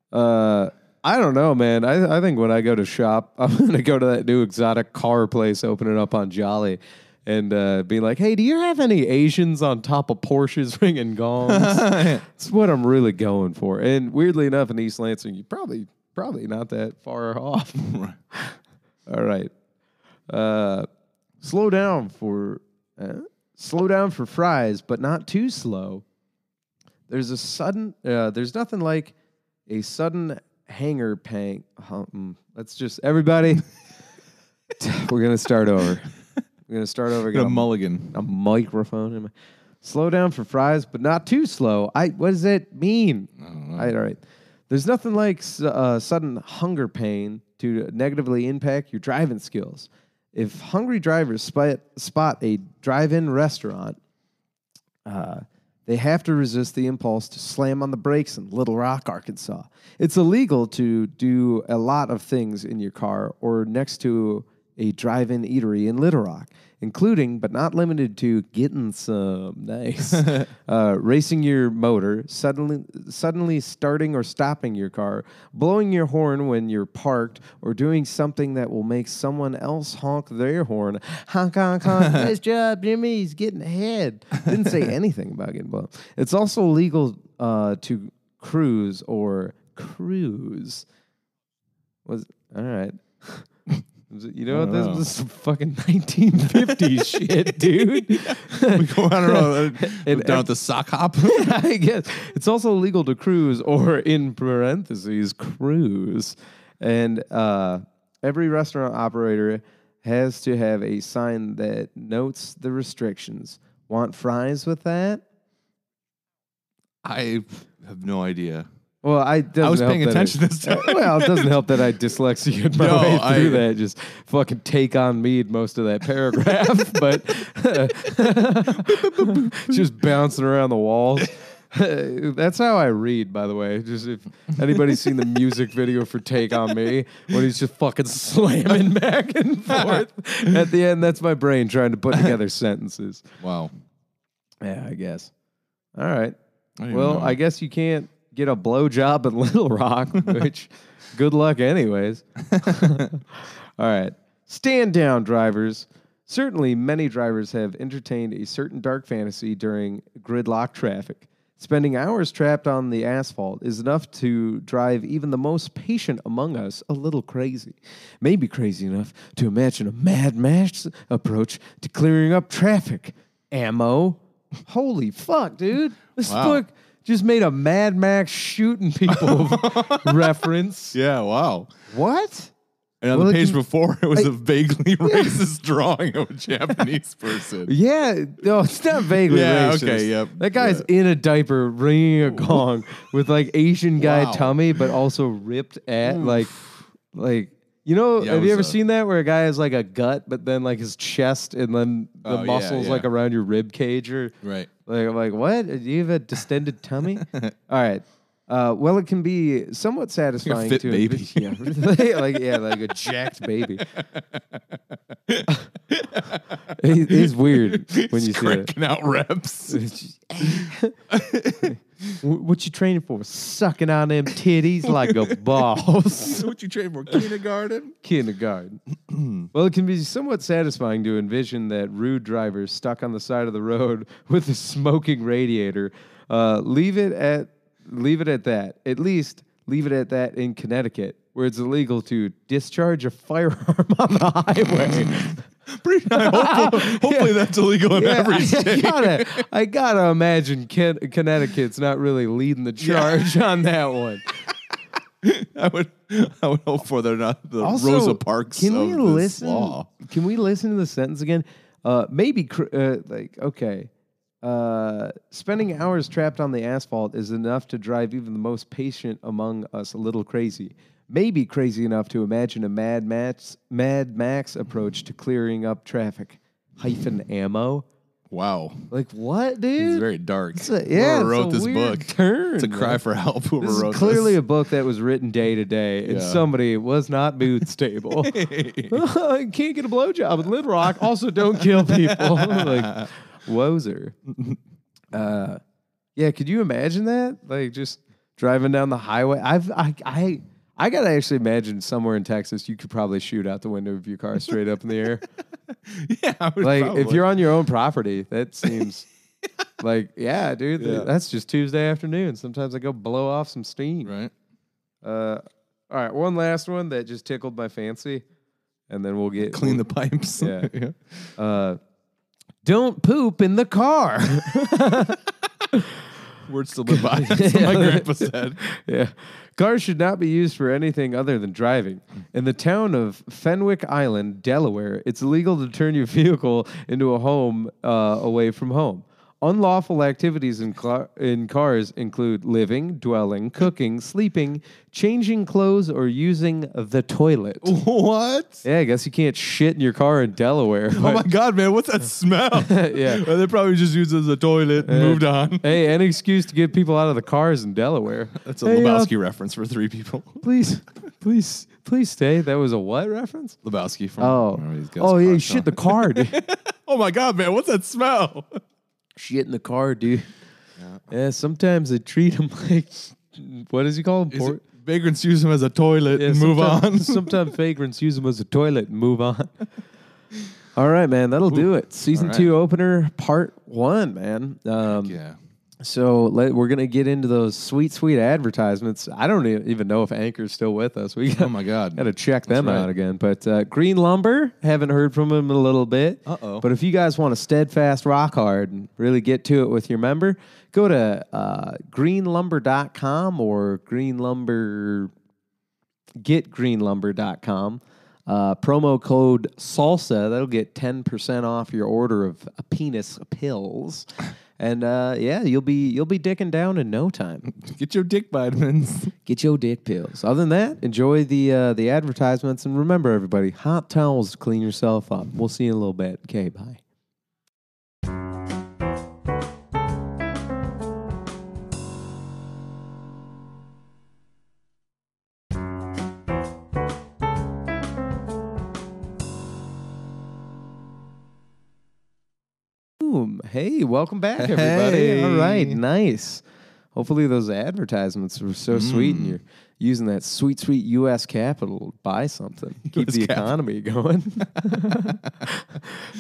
[SPEAKER 1] Uh, I don't know, man. I, I think when I go to shop, I'm gonna go to that new exotic car place opening up on Jolly, and uh, be like, "Hey, do you have any Asians on top of Porsches ringing gongs?" It's what I'm really going for. And weirdly enough, in East Lansing, you probably probably not that far off. All right. Uh, slow down for uh, slow down for fries, but not too slow. There's a sudden. Uh, there's nothing like a sudden hanger pang. huh, mm, Let's just everybody. we're gonna start over. We're gonna start over.
[SPEAKER 2] Get
[SPEAKER 1] Get
[SPEAKER 2] a
[SPEAKER 1] a, mi-
[SPEAKER 2] mulligan.
[SPEAKER 1] a microphone. In my, slow down for fries, but not too slow. I. What does that mean?
[SPEAKER 2] I don't know.
[SPEAKER 1] All right, all right. There's nothing like s- uh, sudden hunger pain to negatively impact your driving skills. If hungry drivers spot, spot a drive-in restaurant, uh, they have to resist the impulse to slam on the brakes in Little Rock, Arkansas. It's illegal to do a lot of things in your car or next to a drive in eatery in Little Rock, including but not limited to getting some nice, uh, racing your motor, suddenly, suddenly starting or stopping your car, blowing your horn when you're parked, or doing something that will make someone else honk their horn. Honk, honk, honk. nice job, Jimmy. He's getting ahead. Didn't say anything about getting blown. It's also legal uh, to cruise or cruise. Was all right. Was it- You know what? This,
[SPEAKER 2] know.
[SPEAKER 1] this is some fucking 1950s shit, dude.
[SPEAKER 2] we go, I don't know.
[SPEAKER 1] And-
[SPEAKER 2] down at the sock hop.
[SPEAKER 1] I guess it's also illegal to cruise, or in parentheses, cruise. And uh, every restaurant operator has to have a sign that notes the restrictions. Want fries with that?
[SPEAKER 2] I have no idea.
[SPEAKER 1] Well, I doesn't
[SPEAKER 2] was paying
[SPEAKER 1] help that
[SPEAKER 2] attention
[SPEAKER 1] I-
[SPEAKER 2] this time.
[SPEAKER 1] well, it doesn't help that I dyslexia my
[SPEAKER 2] No,
[SPEAKER 1] way through
[SPEAKER 2] I-
[SPEAKER 1] that. Just fucking take on me most of that paragraph, but just bouncing around the walls. That's how I read, by the way. Just if anybody's seen the music video for "Take on Me," when he's just fucking slamming back and forth at the end, that's my brain trying to put together sentences.
[SPEAKER 2] Wow.
[SPEAKER 1] Yeah, I guess. All right.
[SPEAKER 2] I didn't
[SPEAKER 1] well,
[SPEAKER 2] know.
[SPEAKER 1] I guess you can't get a blowjob in Little Rock, which good luck, anyways. All right. Stand down, drivers. Certainly, many drivers have entertained a certain dark fantasy during gridlock traffic. Spending hours trapped on the asphalt is enough to drive even the most patient among us a little crazy. Maybe crazy enough to imagine a Mad Max approach to clearing up traffic. Ammo. Holy fuck, dude. This
[SPEAKER 2] Wow.
[SPEAKER 1] book just made a Mad Max shooting people reference.
[SPEAKER 2] Yeah. Wow.
[SPEAKER 1] What?
[SPEAKER 2] And on
[SPEAKER 1] Well,
[SPEAKER 2] the
[SPEAKER 1] like
[SPEAKER 2] page
[SPEAKER 1] you-
[SPEAKER 2] before, it was a vaguely racist drawing of a Japanese person.
[SPEAKER 1] Yeah, no, it's not vaguely
[SPEAKER 2] Yeah,
[SPEAKER 1] racist.
[SPEAKER 2] okay, yep,
[SPEAKER 1] That guy's in a diaper, ringing a gong with like Asian guy
[SPEAKER 2] Wow.
[SPEAKER 1] tummy, but also ripped at like, like you know, have you ever
[SPEAKER 2] Yowza.
[SPEAKER 1] seen that where a guy has like a gut, but then like his chest and then the
[SPEAKER 2] Oh, yeah,
[SPEAKER 1] muscles like
[SPEAKER 2] yeah.
[SPEAKER 1] around your rib cage or
[SPEAKER 2] Right.
[SPEAKER 1] Like I'm like, what? Do you have a distended tummy? All right. Uh, well, it can be somewhat satisfying
[SPEAKER 2] fit
[SPEAKER 1] to
[SPEAKER 2] baby.
[SPEAKER 1] yeah, like yeah, like a jacked baby. He- He's weird when you
[SPEAKER 2] He's
[SPEAKER 1] see it.
[SPEAKER 2] cranking out reps.
[SPEAKER 1] Wh- what you training for? Sucking on them titties like a boss.
[SPEAKER 2] what you train for? Kindergarten?
[SPEAKER 1] kindergarten. well, it can be somewhat satisfying to envision that rude driver stuck on the side of the road with a smoking radiator. Uh, leave it at leave it at that. At least leave it at that in Connecticut, where it's illegal to discharge a firearm on the highway.
[SPEAKER 2] Pretty hopefully, hopefully that's illegal in
[SPEAKER 1] Yeah,
[SPEAKER 2] every
[SPEAKER 1] I,
[SPEAKER 2] state.
[SPEAKER 1] gotta, I gotta imagine Ken- Connecticut's not really leading the charge on that one.
[SPEAKER 2] I would, I would hope for they're not the
[SPEAKER 1] Also,
[SPEAKER 2] Rosa Parks
[SPEAKER 1] Can
[SPEAKER 2] of
[SPEAKER 1] we
[SPEAKER 2] this
[SPEAKER 1] listen?
[SPEAKER 2] law.
[SPEAKER 1] Can we listen to the sentence again? Uh, maybe cr- uh, like okay. Uh, spending hours trapped on the asphalt is enough to drive even the most patient among us a little crazy. Maybe crazy enough to imagine a Mad Max, Mad Max approach to clearing up traffic. Hyphen ammo.
[SPEAKER 2] Wow.
[SPEAKER 1] Like what,
[SPEAKER 2] It's
[SPEAKER 1] dude?
[SPEAKER 2] very dark.
[SPEAKER 1] It's a- yeah,
[SPEAKER 2] whoever
[SPEAKER 1] it's
[SPEAKER 2] wrote
[SPEAKER 1] a
[SPEAKER 2] this
[SPEAKER 1] weird
[SPEAKER 2] book.
[SPEAKER 1] turn,
[SPEAKER 2] It's a cry
[SPEAKER 1] man.
[SPEAKER 2] for help. Whoever
[SPEAKER 1] This
[SPEAKER 2] wrote
[SPEAKER 1] is clearly
[SPEAKER 2] this.
[SPEAKER 1] a book that was written day to day, and
[SPEAKER 2] Yeah.
[SPEAKER 1] somebody was not mood stable. I can't get a blowjob in Little Rock. Also, don't kill people. like, Wozer. Uh, yeah, could you imagine that? Like, just driving down the highway. I've, I, I, I gotta actually imagine somewhere in Texas, you could probably shoot out the window of your car straight up in the air.
[SPEAKER 2] yeah, I would
[SPEAKER 1] Like, if
[SPEAKER 2] probably.
[SPEAKER 1] you're on your own property, that seems. Like yeah, dude, th-
[SPEAKER 2] Yeah.
[SPEAKER 1] that's just Tuesday afternoon. Sometimes I go blow off some steam.
[SPEAKER 2] right.
[SPEAKER 1] Uh, all right, one last one that just tickled my fancy, and then we'll get
[SPEAKER 2] Clean the pipes.
[SPEAKER 1] Yeah. Uh, don't poop in the car.
[SPEAKER 2] Words to live by. That's what my grandpa said.
[SPEAKER 1] yeah, cars should not be used for anything other than driving. In the town of Fenwick Island, Delaware, it's illegal to turn your vehicle into a home uh, away from home. Unlawful activities in, cla- in cars include living, dwelling, cooking, sleeping, changing clothes, or using the toilet.
[SPEAKER 2] What?
[SPEAKER 1] Yeah, I guess you can't shit in your car in Delaware.
[SPEAKER 2] Oh
[SPEAKER 1] but-
[SPEAKER 2] my god, man! What's that smell?
[SPEAKER 1] Yeah.
[SPEAKER 2] Well, they probably just used it as a toilet and moved on.
[SPEAKER 1] Hey, an excuse to get people out of the cars in Delaware.
[SPEAKER 2] That's a
[SPEAKER 1] Hey, uh,
[SPEAKER 2] Lebowski reference for three people.
[SPEAKER 1] please, please, please stay. That was a what reference?
[SPEAKER 2] Lebowski from
[SPEAKER 1] Oh,
[SPEAKER 2] Oh, he's got
[SPEAKER 1] oh
[SPEAKER 2] his
[SPEAKER 1] yeah,
[SPEAKER 2] car
[SPEAKER 1] you
[SPEAKER 2] smell.
[SPEAKER 1] shit the car, dude.
[SPEAKER 2] Oh my god, man! What's that smell?
[SPEAKER 1] shit in the car, dude. Yeah. sometimes they treat them like what does he call them?
[SPEAKER 2] Is it- vagrants use them as a toilet and move on.
[SPEAKER 1] sometimes vagrants use them as a toilet and move on. All right, man, that'll do it. Season
[SPEAKER 2] right.
[SPEAKER 1] two opener, part one, man. Um,
[SPEAKER 2] yeah.
[SPEAKER 1] So let, we're gonna get into those sweet, sweet advertisements. I don't e- even know if Anchor's still with us. We got,
[SPEAKER 2] Oh my god.
[SPEAKER 1] got to check them
[SPEAKER 2] right.
[SPEAKER 1] out again. But uh, Green Lumber, haven't heard from them in a little bit.
[SPEAKER 2] Uh-oh.
[SPEAKER 1] But if you guys want a steadfast rock hard and really get to it with your member, go to uh, greenlumber.com or greenlumber getgreenlumber.com. Uh, promo code salsa that'll get 10% off your order of uh, penis pills and uh, yeah you'll be you'll be dicking down in no time
[SPEAKER 2] Get your dick vitamins.
[SPEAKER 1] get your dick pills other than that enjoy the uh, the advertisements and remember everybody hot towels to clean yourself up we'll see you in a little bit okay bye Boom. Hey, welcome back, everybody. All right,
[SPEAKER 2] Hey.
[SPEAKER 1] nice. Hopefully, those advertisements were so sweet,
[SPEAKER 2] Mm.
[SPEAKER 1] and you're using that sweet, sweet U.S. capital to buy something, keep
[SPEAKER 2] US
[SPEAKER 1] the
[SPEAKER 2] capital.
[SPEAKER 1] economy going.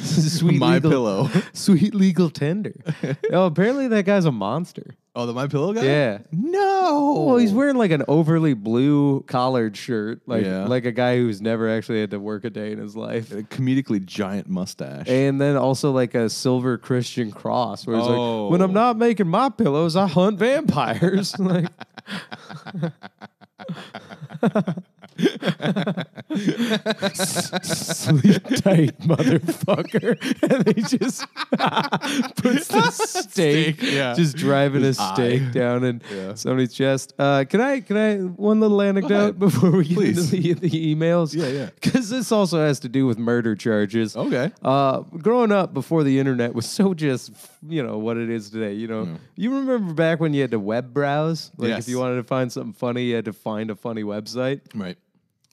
[SPEAKER 1] sweet
[SPEAKER 2] my
[SPEAKER 1] legal,
[SPEAKER 2] pillow.
[SPEAKER 1] sweet legal tender. oh, apparently that guy's a monster.
[SPEAKER 2] Oh, the my pillow guy.
[SPEAKER 1] Yeah.
[SPEAKER 2] No.
[SPEAKER 1] Well, he's wearing like an overly blue collared shirt, like
[SPEAKER 2] Yeah.
[SPEAKER 1] like a guy who's never actually had to work a day in his life.
[SPEAKER 2] a comedically giant mustache.
[SPEAKER 1] And then also like a silver Christian cross where it's
[SPEAKER 2] Oh.
[SPEAKER 1] like, when I'm not making my pillows, I hunt vampires. like, Sleep tight, motherfucker. and they just puts the stake,
[SPEAKER 2] Steak, yeah.
[SPEAKER 1] just driving a
[SPEAKER 2] eye.
[SPEAKER 1] stake down in
[SPEAKER 2] Yeah.
[SPEAKER 1] somebody's chest. Uh, can I? Can I? One little anecdote
[SPEAKER 2] ahead.
[SPEAKER 1] before we get
[SPEAKER 2] Please.
[SPEAKER 1] into the, the emails.
[SPEAKER 2] Yeah, yeah.
[SPEAKER 1] Because this also has to do with murder charges.
[SPEAKER 2] Okay.
[SPEAKER 1] Uh, growing up before the internet was so just, you know, what it is today. You know, you remember back when you had to web browse? Like if
[SPEAKER 2] Yes.
[SPEAKER 1] you wanted to find something funny, you had to find a funny website.
[SPEAKER 2] Right.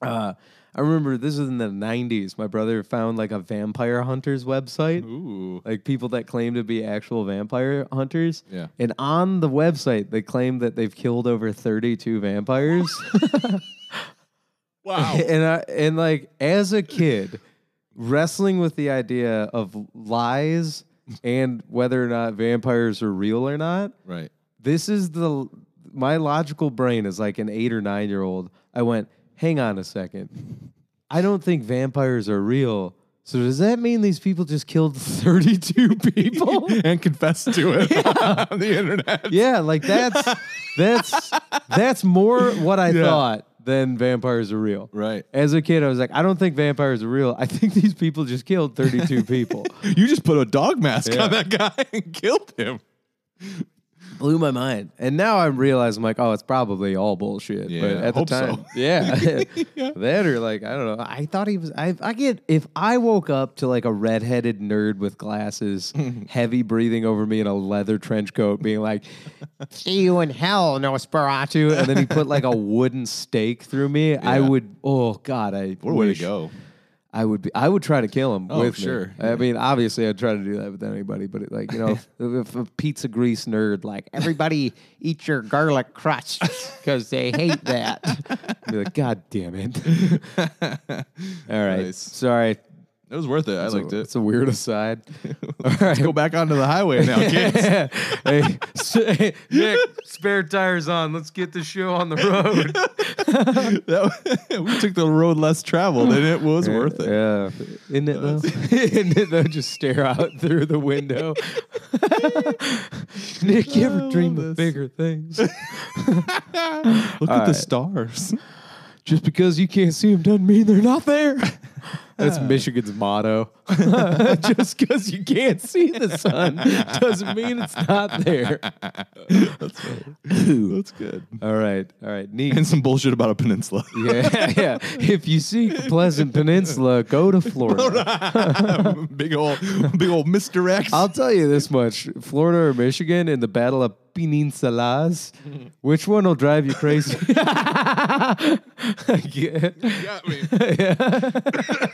[SPEAKER 1] Uh, I remember this was in the 90s. My brother found like a vampire hunters website.
[SPEAKER 2] Ooh.
[SPEAKER 1] Like people that claim to be actual vampire hunters.
[SPEAKER 2] Yeah.
[SPEAKER 1] And on the website, they claim that they've killed over 32 vampires.
[SPEAKER 2] Wow.
[SPEAKER 1] and I, and like as a kid, wrestling with the idea of lies and whether or not vampires are real or not.
[SPEAKER 2] right.
[SPEAKER 1] This is the my logical brain is like an 8 or 9 year old. I went, "Hang on a second. I don't think vampires are real." So does that mean these people just killed 32 people?
[SPEAKER 2] and confess to it on the internet.
[SPEAKER 1] yeah, like that's that's that's more what I
[SPEAKER 2] Yeah.
[SPEAKER 1] thought than vampires are real.
[SPEAKER 2] Right.
[SPEAKER 1] As a kid, I was like, I don't think vampires are real. I think these people just killed 32 people.
[SPEAKER 2] You just put a dog mask
[SPEAKER 1] Yeah.
[SPEAKER 2] on that guy and killed him.
[SPEAKER 1] Blew my mind. And now I realize I'm like, oh, it's probably all bullshit.
[SPEAKER 2] Yeah,
[SPEAKER 1] but at
[SPEAKER 2] hope
[SPEAKER 1] the
[SPEAKER 2] so.
[SPEAKER 1] time, yeah. That or like, I don't know. I thought he was, I, I get, if I woke up to like a redheaded nerd with glasses, heavy breathing over me in a leather trench coat, being like, see you in hell, Nosferatu. And then he put like a wooden stake through me, I
[SPEAKER 2] Yeah.
[SPEAKER 1] would, oh God, I.
[SPEAKER 2] What a way
[SPEAKER 1] wish-
[SPEAKER 2] to go.
[SPEAKER 1] I would be. I would try to kill him.
[SPEAKER 2] Oh,
[SPEAKER 1] with me.
[SPEAKER 2] sure.
[SPEAKER 1] I mean, obviously, I'd try to do that with anybody. But it, like, you know, if, if a pizza grease nerd, like everybody eat your garlic crust because they hate that. I'd be like, God damn it! All right,
[SPEAKER 2] Nice.
[SPEAKER 1] sorry.
[SPEAKER 2] It was worth it. I liked it.
[SPEAKER 1] It's a weird aside. All
[SPEAKER 2] Let's go back onto the highway now, kids.
[SPEAKER 1] right. hey, s- hey, Nick, spare tires on. Let's get the show on the road.
[SPEAKER 2] That- we took the road less traveled, and it was worth it.
[SPEAKER 1] Yeah. Isn't it though? Isn't it though? Just stare out through the window. Nick, you
[SPEAKER 2] I
[SPEAKER 1] ever
[SPEAKER 2] love
[SPEAKER 1] dream of
[SPEAKER 2] this.
[SPEAKER 1] bigger things?
[SPEAKER 2] Look at
[SPEAKER 1] right.
[SPEAKER 2] the stars.
[SPEAKER 1] Just because you can't see them doesn't mean they're not there. That's Michigan's motto. Just because you can't see the sun doesn't mean it's not there.
[SPEAKER 2] That's, that's good.
[SPEAKER 1] All right. All right. Neat.
[SPEAKER 2] And some bullshit about a peninsula.
[SPEAKER 1] Yeah, yeah. If you seek the Pleasant Peninsula, go to Florida.
[SPEAKER 2] big old, big old misdirects.
[SPEAKER 1] I'll tell you this much: Florida or Michigan in the Battle of Peninsulas, which one will drive you crazy? yeah.
[SPEAKER 2] got me.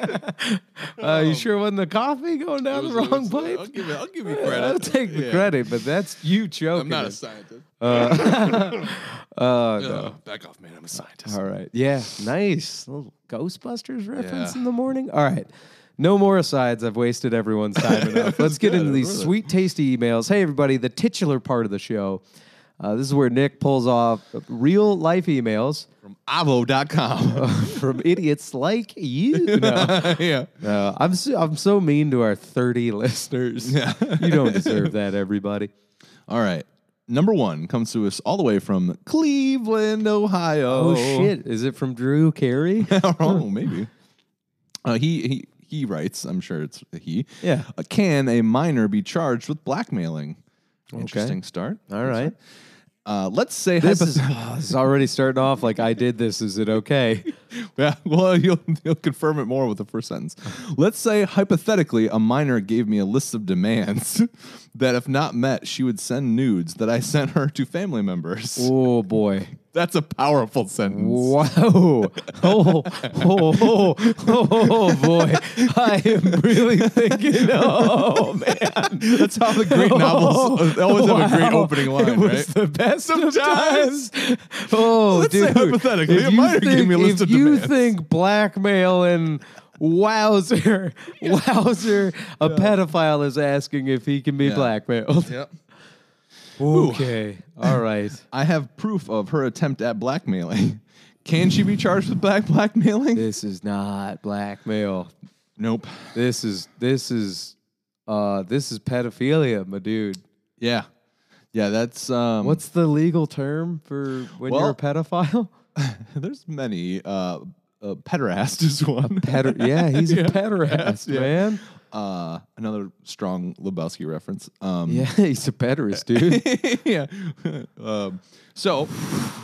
[SPEAKER 1] Uh, you sure wasn't the coffee going down the wrong pipe?
[SPEAKER 2] I'll give, it, I'll give you
[SPEAKER 1] Yeah,
[SPEAKER 2] credit.
[SPEAKER 1] I'll take the
[SPEAKER 2] Yeah.
[SPEAKER 1] credit, uh, but that's you choking.
[SPEAKER 2] I'm not a
[SPEAKER 1] it.
[SPEAKER 2] scientist.
[SPEAKER 1] Uh,
[SPEAKER 2] Ugh, back off, man. I'm a scientist.
[SPEAKER 1] All right. Yeah. Nice. Little Ghostbusters reference
[SPEAKER 2] Yeah.
[SPEAKER 1] in the morning. All right. No more asides. I've wasted everyone's time enough. Let's get
[SPEAKER 2] good.
[SPEAKER 1] into these
[SPEAKER 2] Really.
[SPEAKER 1] sweet, tasty emails. Hey, everybody, the titular part of the show. Uh, this is where Nick pulls off real life emails
[SPEAKER 2] From avo.com.
[SPEAKER 1] from idiots like you. No.
[SPEAKER 2] yeah.
[SPEAKER 1] No, I'm, so, I'm so mean to our 30 listeners. you don't deserve that, everybody.
[SPEAKER 2] All right. Number one comes to us all the way from Cleveland, Ohio.
[SPEAKER 1] Oh, shit. Is it from Drew Carey?
[SPEAKER 2] oh, maybe. Uh, he he he writes. I'm sure it's a he.
[SPEAKER 1] Yeah.
[SPEAKER 2] Uh, can a minor be charged with blackmailing? Interesting start.
[SPEAKER 1] All right.
[SPEAKER 2] Uh, let's say
[SPEAKER 1] This
[SPEAKER 2] hypoth-
[SPEAKER 1] is, oh, this is already starting off like I did this. Is it okay?
[SPEAKER 2] Yeah, well, you'll, you'll confirm it more with the first sentence. Let's say, hypothetically, a minor gave me a list of demands that, if not met, she would send nudes that I sent her to family members.
[SPEAKER 1] Oh boy.
[SPEAKER 2] That's a powerful sentence.
[SPEAKER 1] Wow. Oh, oh, oh, oh, oh, boy. I am really thinking, oh, man. Oh,
[SPEAKER 2] That's how the great novels always have a great
[SPEAKER 1] Wow.
[SPEAKER 2] opening line,
[SPEAKER 1] it was
[SPEAKER 2] right?
[SPEAKER 1] the best of
[SPEAKER 2] Sometimes.
[SPEAKER 1] times. Oh,
[SPEAKER 2] Let's say
[SPEAKER 1] dude.
[SPEAKER 2] hypothetically,
[SPEAKER 1] if
[SPEAKER 2] a
[SPEAKER 1] you
[SPEAKER 2] minor gave
[SPEAKER 1] think-
[SPEAKER 2] me a list
[SPEAKER 1] if
[SPEAKER 2] of
[SPEAKER 1] you
[SPEAKER 2] demands.
[SPEAKER 1] think blackmail and wowzer, wowzer, a pedophile is asking if he can be blackmailed.
[SPEAKER 2] Yep.
[SPEAKER 1] Okay. All right.
[SPEAKER 2] I have proof of her attempt at blackmailing. Can she be charged with black blackmailing?
[SPEAKER 1] This is not blackmail.
[SPEAKER 2] Nope.
[SPEAKER 1] This is this is uh this is pedophilia, my dude.
[SPEAKER 2] Yeah. Yeah, that's um
[SPEAKER 1] What's the legal term for when you're a
[SPEAKER 2] Well-
[SPEAKER 1] pedophile?
[SPEAKER 2] there's many. Uh, uh, pederast is one.
[SPEAKER 1] Peder- yeah, he's
[SPEAKER 2] Yeah.
[SPEAKER 1] a pederast,
[SPEAKER 2] Yeah.
[SPEAKER 1] man.
[SPEAKER 2] uh, another strong Lebowski reference. Um,
[SPEAKER 1] Yeah, he's a pederast, dude.
[SPEAKER 2] yeah. um, so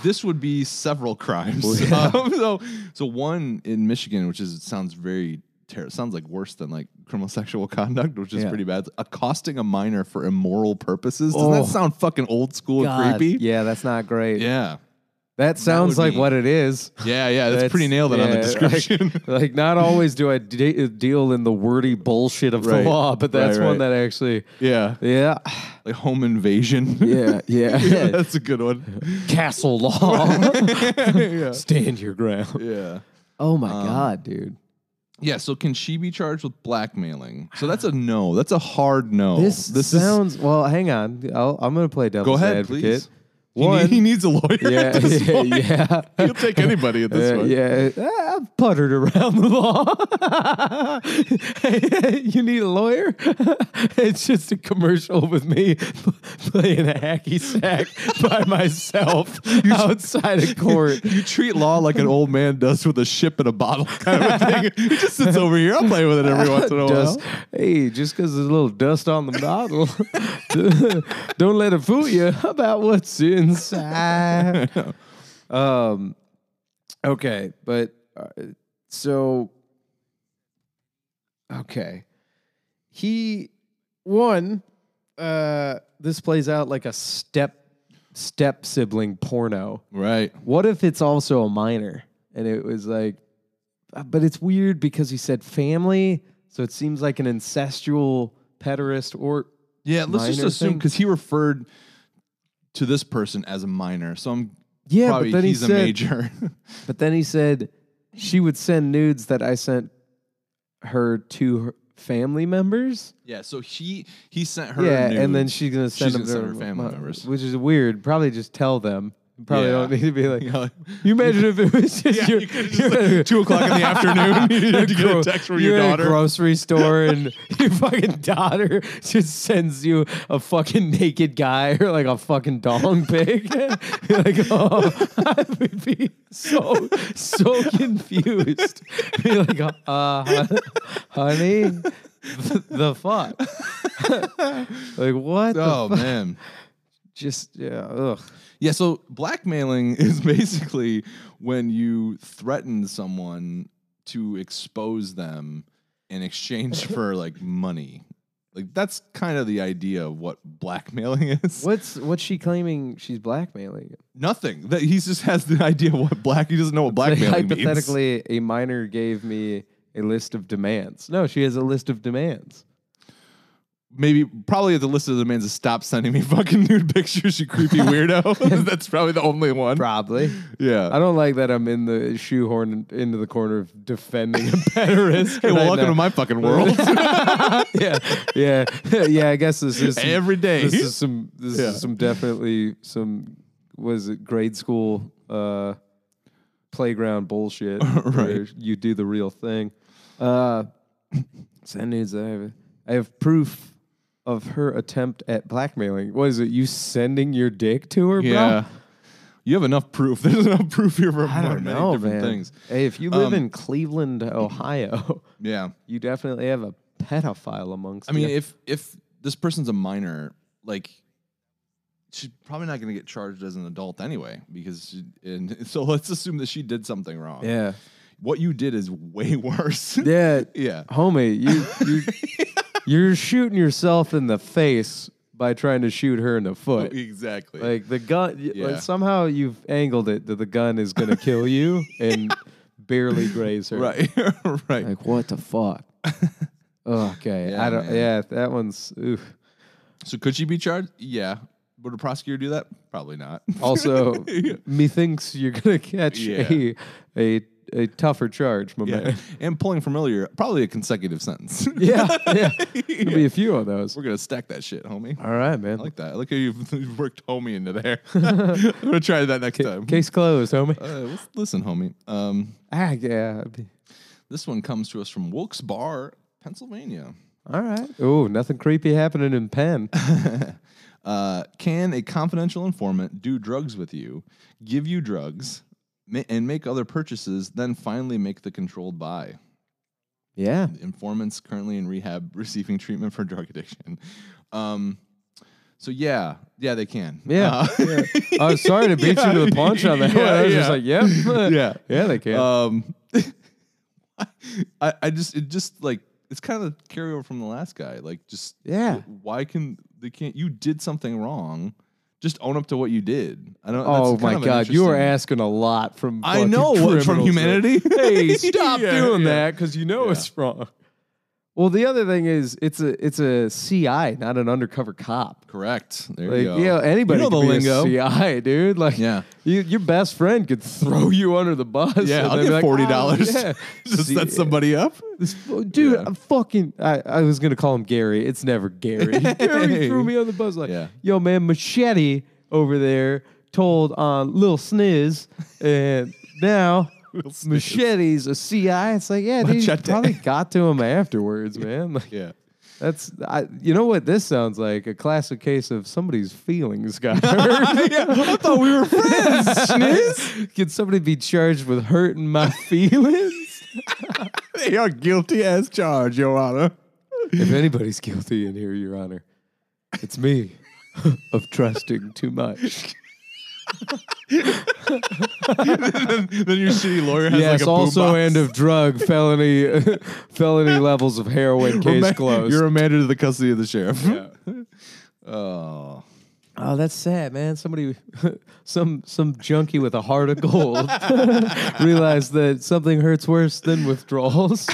[SPEAKER 2] this would be several crimes.
[SPEAKER 1] Yeah.
[SPEAKER 2] Um, so, so one in Michigan, which is sounds very ter- sounds like worse than like criminal sexual conduct, which is
[SPEAKER 1] Yeah.
[SPEAKER 2] pretty bad. Accosting a minor for immoral purposes. Doesn't
[SPEAKER 1] Oh.
[SPEAKER 2] that sound fucking old school and
[SPEAKER 1] God,
[SPEAKER 2] creepy?
[SPEAKER 1] Yeah, that's not great.
[SPEAKER 2] Yeah.
[SPEAKER 1] That sounds
[SPEAKER 2] would
[SPEAKER 1] like
[SPEAKER 2] be-
[SPEAKER 1] what it is.
[SPEAKER 2] Yeah, yeah, that's, pretty nailed it on the
[SPEAKER 1] yeah,
[SPEAKER 2] description.
[SPEAKER 1] Like, like, not always do I de- deal in the wordy bullshit of
[SPEAKER 2] Right.
[SPEAKER 1] the law, but that's
[SPEAKER 2] Right,
[SPEAKER 1] one
[SPEAKER 2] right.
[SPEAKER 1] that actually,
[SPEAKER 2] yeah,
[SPEAKER 1] yeah,
[SPEAKER 2] like home invasion.
[SPEAKER 1] yeah, yeah.
[SPEAKER 2] Yeah, that's a good one.
[SPEAKER 1] Castle law.
[SPEAKER 2] yeah.
[SPEAKER 1] Stand your ground.
[SPEAKER 2] yeah.
[SPEAKER 1] Oh my god, dude.
[SPEAKER 2] Yeah, so can she be charged with blackmailing? So that's a no. That's a hard no.
[SPEAKER 1] oh, This,
[SPEAKER 2] is-
[SPEAKER 1] sounds well. Hang on, I'll, I'm gonna play devil's
[SPEAKER 2] ahead,
[SPEAKER 1] advocate.
[SPEAKER 2] please. he,
[SPEAKER 1] One,
[SPEAKER 2] need- he needs a lawyer.
[SPEAKER 1] yeah,
[SPEAKER 2] at this
[SPEAKER 1] yeah,
[SPEAKER 2] point.
[SPEAKER 1] yeah.
[SPEAKER 2] He'll take anybody at this
[SPEAKER 1] Uh,
[SPEAKER 2] point.
[SPEAKER 1] yeah, uh, I've puttered around the law. Hey, you need a lawyer? it's just a commercial with me p- playing a hacky sack by myself outside of court.
[SPEAKER 2] You treat law like an old man does with a ship and a bottle kind of a thing. he just sits over here. I'll play with it every once in a
[SPEAKER 1] Dust.
[SPEAKER 2] while.
[SPEAKER 1] Hey, just because there's a little dust on the bottle, don't let it fool you about what's inside. um, okay, but uh, so okay, he one. Uh, this plays out like a step step sibling porno.
[SPEAKER 2] Right.
[SPEAKER 1] What if it's also a minor? And it was like, uh, but it's weird because he said family, so it seems like an incestual pederast or
[SPEAKER 2] Yeah, let's just
[SPEAKER 1] Minor
[SPEAKER 2] assume
[SPEAKER 1] thing?
[SPEAKER 2] because he referred to this person as a minor. So I'm
[SPEAKER 1] yeah.
[SPEAKER 2] probably
[SPEAKER 1] but then
[SPEAKER 2] he's
[SPEAKER 1] he
[SPEAKER 2] a
[SPEAKER 1] said,
[SPEAKER 2] major.
[SPEAKER 1] but then he said she would send nudes that I sent her to her family members.
[SPEAKER 2] yeah, so he he sent her
[SPEAKER 1] yeah,
[SPEAKER 2] nudes.
[SPEAKER 1] and then she's gonna send
[SPEAKER 2] She's
[SPEAKER 1] them
[SPEAKER 2] gonna send
[SPEAKER 1] to
[SPEAKER 2] her family members.
[SPEAKER 1] which is weird. Probably just tell them. Probably
[SPEAKER 2] Yeah.
[SPEAKER 1] don't need to be like.
[SPEAKER 2] Yeah, like-
[SPEAKER 1] You imagine if it was just
[SPEAKER 2] Yeah,
[SPEAKER 1] your,
[SPEAKER 2] you could've just, like, two o'clock in the afternoon, you had to get a
[SPEAKER 1] Gro-
[SPEAKER 2] text from
[SPEAKER 1] you're
[SPEAKER 2] your
[SPEAKER 1] at a
[SPEAKER 2] daughter.
[SPEAKER 1] grocery store, and your fucking daughter just sends you a fucking naked guy or like a fucking dong pig. you're like, oh, I would be so so confused. You're like, uh, hon- honey, the, the fuck? like what? the
[SPEAKER 2] oh man.
[SPEAKER 1] just yeah, ugh.
[SPEAKER 2] Yeah, so blackmailing is basically when you threaten someone to expose them in exchange for like money. Like that's kind of the idea of what blackmailing is.
[SPEAKER 1] What's what's she claiming? She's blackmailing you?
[SPEAKER 2] Nothing. That he just has the idea of what black. He doesn't know what blackmailing
[SPEAKER 1] Like,
[SPEAKER 2] means.
[SPEAKER 1] hypothetically, a minor gave me a list of demands. No, she has a list of demands.
[SPEAKER 2] Maybe probably the list of demands is stop sending me fucking nude pictures, you creepy weirdo. that's probably the only one.
[SPEAKER 1] Probably. I
[SPEAKER 2] Yeah.
[SPEAKER 1] don't like that I'm in the shoehorn into the corner of defending a pederast.
[SPEAKER 2] Hey, well,
[SPEAKER 1] right
[SPEAKER 2] welcome to
[SPEAKER 1] now.
[SPEAKER 2] my fucking world.
[SPEAKER 1] yeah, yeah, yeah. I guess this is some-
[SPEAKER 2] Every day.
[SPEAKER 1] This is some. This
[SPEAKER 2] Yeah.
[SPEAKER 1] is some definitely some. Was it grade school uh, playground bullshit? where You do the real thing. Uh, send nudes. I have. I have proof of her attempt at blackmailing. What is it? You sending your dick to her,
[SPEAKER 2] Yeah.
[SPEAKER 1] bro?
[SPEAKER 2] You have enough proof. There's enough proof here for
[SPEAKER 1] I don't
[SPEAKER 2] many
[SPEAKER 1] know,
[SPEAKER 2] different
[SPEAKER 1] man.
[SPEAKER 2] things.
[SPEAKER 1] Hey, if you live
[SPEAKER 2] Um,
[SPEAKER 1] in Cleveland, Ohio,
[SPEAKER 2] Yeah.
[SPEAKER 1] you definitely have a pedophile amongst.
[SPEAKER 2] I mean,
[SPEAKER 1] you.
[SPEAKER 2] if if this person's a minor, like she's probably not going to get charged as an adult anyway because she, and so let's assume that she did something wrong.
[SPEAKER 1] yeah,
[SPEAKER 2] What you did is way worse.
[SPEAKER 1] yeah.
[SPEAKER 2] yeah.
[SPEAKER 1] homie, you you you're shooting yourself in the face by trying to shoot her in the foot.
[SPEAKER 2] Exactly.
[SPEAKER 1] Like the gun, y- like,
[SPEAKER 2] Oh, Yeah.
[SPEAKER 1] somehow you've angled it that the gun is gonna kill you and barely graze her.
[SPEAKER 2] right. right.
[SPEAKER 1] Like what the fuck? okay,
[SPEAKER 2] Yeah,
[SPEAKER 1] I don't.
[SPEAKER 2] man.
[SPEAKER 1] Yeah, that one's. Oof.
[SPEAKER 2] so could she be charged? Yeah. Would a prosecutor do that? Probably not.
[SPEAKER 1] Oh, Also,
[SPEAKER 2] Yeah.
[SPEAKER 1] methinks you're gonna catch
[SPEAKER 2] Yeah.
[SPEAKER 1] a a a tougher charge, my
[SPEAKER 2] Yeah.
[SPEAKER 1] man.
[SPEAKER 2] and pulling familiar, probably a consecutive sentence.
[SPEAKER 1] Yeah, yeah. There'll be a few of those.
[SPEAKER 2] We're gonna stack that shit, homie.
[SPEAKER 1] All right, man.
[SPEAKER 2] I like that. I like how you've, you've worked homie into there. I'm gonna try that next time.
[SPEAKER 1] Case closed, homie.
[SPEAKER 2] Uh, let's- listen, homie. Um,
[SPEAKER 1] ah, yeah. I'd be-
[SPEAKER 2] this one comes to us from Wilkes Barre, Pennsylvania.
[SPEAKER 1] All right. Oh, nothing creepy happening in Penn.
[SPEAKER 2] Uh, can a confidential informant do drugs with you, give you drugs, ma- and make other purchases, then finally make the controlled buy.
[SPEAKER 1] Yeah.
[SPEAKER 2] The Informants currently in rehab, receiving treatment for drug addiction. Um, so yeah, yeah, they can.
[SPEAKER 1] Yeah. yeah. I'm sorry to beat you to the punch on that
[SPEAKER 2] Uh, Yeah,
[SPEAKER 1] one. I was just
[SPEAKER 2] yeah.
[SPEAKER 1] like, yep.
[SPEAKER 2] Yeah.
[SPEAKER 1] Yeah, they can.
[SPEAKER 2] Uh, Um, I, I just it just like it's kind of a carryover from the last guy. Like just
[SPEAKER 1] Yeah.
[SPEAKER 2] why can they can't? You did something wrong. Just own up to what you did. I don't.
[SPEAKER 1] oh
[SPEAKER 2] that's kind
[SPEAKER 1] my
[SPEAKER 2] of an
[SPEAKER 1] God. You are
[SPEAKER 2] interesting-
[SPEAKER 1] asking a lot from.
[SPEAKER 2] I
[SPEAKER 1] fucking
[SPEAKER 2] know what- from
[SPEAKER 1] criminals, man.
[SPEAKER 2] humanity.
[SPEAKER 1] hey, stop
[SPEAKER 2] Yeah,
[SPEAKER 1] doing
[SPEAKER 2] yeah.
[SPEAKER 1] that because you know
[SPEAKER 2] Yeah.
[SPEAKER 1] it's wrong. Well, the other thing is it's a it's a CI, not an undercover cop.
[SPEAKER 2] Correct. There
[SPEAKER 1] Like,
[SPEAKER 2] you go.
[SPEAKER 1] yeah, anybody
[SPEAKER 2] You know
[SPEAKER 1] could
[SPEAKER 2] the
[SPEAKER 1] be a
[SPEAKER 2] lingo.
[SPEAKER 1] CI, dude. Like,
[SPEAKER 2] Yeah.
[SPEAKER 1] you, your best friend could throw you under the bus.
[SPEAKER 2] Yeah,
[SPEAKER 1] and
[SPEAKER 2] I'll
[SPEAKER 1] they'd
[SPEAKER 2] get
[SPEAKER 1] be like,
[SPEAKER 2] forty dollars.
[SPEAKER 1] "Oh, yeah."
[SPEAKER 2] Just
[SPEAKER 1] See,
[SPEAKER 2] set somebody up.
[SPEAKER 1] this- dude,
[SPEAKER 2] Yeah.
[SPEAKER 1] I'm fucking. I, I was gonna call him Gary. It's never Gary. Gary threw me on the bus. Like,
[SPEAKER 2] Yeah.
[SPEAKER 1] yo, man, machete over there told on Lil Sniz, and now machete's a CI. It's like, yeah, dude, you
[SPEAKER 2] Machete.
[SPEAKER 1] probably got to him afterwards, man. Like,
[SPEAKER 2] Yeah.
[SPEAKER 1] that's I, you know what this sounds like a classic case of somebody's feelings got hurt.
[SPEAKER 2] yeah. I thought we were friends.
[SPEAKER 1] Sniz, can somebody be charged with hurting my feelings?
[SPEAKER 2] they are guilty as charged, Your Honor.
[SPEAKER 1] If anybody's guilty in here, Your Honor, it's me of trusting too much.
[SPEAKER 2] then, then your shitty lawyer has
[SPEAKER 1] yes,
[SPEAKER 2] like a
[SPEAKER 1] also
[SPEAKER 2] boombox.
[SPEAKER 1] end of drug felony felony levels of heroin case
[SPEAKER 2] Rema-
[SPEAKER 1] closed.
[SPEAKER 2] You're remanded to the custody of the sheriff. oh.
[SPEAKER 1] oh, that's sad, man. Somebody, some some junkie with a heart of gold realized that something hurts worse than withdrawals.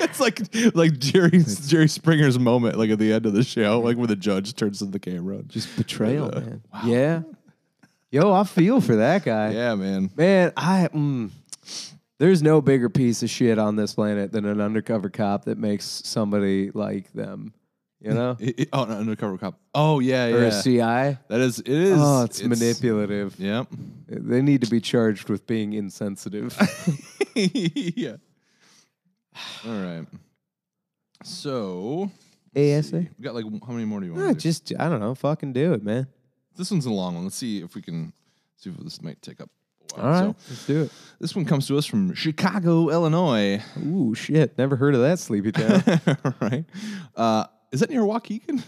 [SPEAKER 2] It's like like Jerry Jerry Springer's moment, like at the end of the show, like where the judge turns to the camera. and Just
[SPEAKER 1] Betrayal,
[SPEAKER 2] Uh,
[SPEAKER 1] man. Yeah. Yo, I feel for that guy.
[SPEAKER 2] yeah, man.
[SPEAKER 1] Man, I mm, there's no bigger piece of shit on this planet than an undercover cop that makes somebody like them. You know,
[SPEAKER 2] It- it- oh, an undercover cop. Oh yeah,
[SPEAKER 1] or a
[SPEAKER 2] yeah.
[SPEAKER 1] CI.
[SPEAKER 2] That is it is.
[SPEAKER 1] Oh, it's, manipulative.
[SPEAKER 2] Yep.
[SPEAKER 1] They need to be charged with being insensitive.
[SPEAKER 2] yeah. All right. So
[SPEAKER 1] ASA.
[SPEAKER 2] we got like how many more do you want?
[SPEAKER 1] No,
[SPEAKER 2] to do?
[SPEAKER 1] just I don't know. Fucking do it, man.
[SPEAKER 2] This one's a long one. Let's see if we can see if this might take up. A
[SPEAKER 1] All
[SPEAKER 2] while.
[SPEAKER 1] right,
[SPEAKER 2] So
[SPEAKER 1] let's do it.
[SPEAKER 2] this one comes to us from Chicago, Illinois.
[SPEAKER 1] Ooh, shit! Never heard of that sleepy town.
[SPEAKER 2] right? Uh, is that near Waukegan?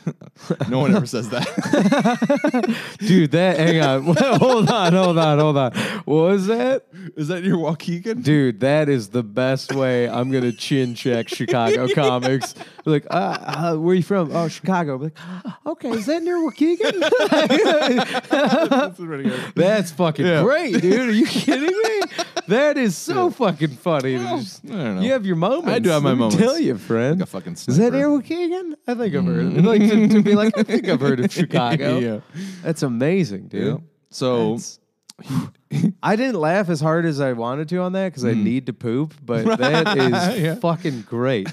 [SPEAKER 2] no one ever says that.
[SPEAKER 1] dude. That hang on, hold on, hold on, hold on. What was that?
[SPEAKER 2] is that near Waukegan?
[SPEAKER 1] Dude, that is the best way I'm gonna chin check Chicago comics. Like, uh, uh, where you from? Oh, Chicago. I'm Like, okay, is that near Waukegan?
[SPEAKER 2] That's pretty good.
[SPEAKER 1] That's fucking
[SPEAKER 2] Yeah.
[SPEAKER 1] great, dude. Are you kidding me? That is so fucking funny. to just-
[SPEAKER 2] I don't know.
[SPEAKER 1] you have your moments.
[SPEAKER 2] I do have my
[SPEAKER 1] let me
[SPEAKER 2] moments.
[SPEAKER 1] Tell you, friend.
[SPEAKER 2] Like a fucking
[SPEAKER 1] is that
[SPEAKER 2] sniper. Mm.
[SPEAKER 1] near Waukegan? I think I've heard. Of it. Like to, to be like, I think I've heard of Chicago.
[SPEAKER 2] Yeah.
[SPEAKER 1] That's amazing, dude.
[SPEAKER 2] Yeah. So
[SPEAKER 1] That's- I didn't laugh as hard as I wanted to on that because I need to poop, but that is
[SPEAKER 2] Mm. Yeah.
[SPEAKER 1] fucking great.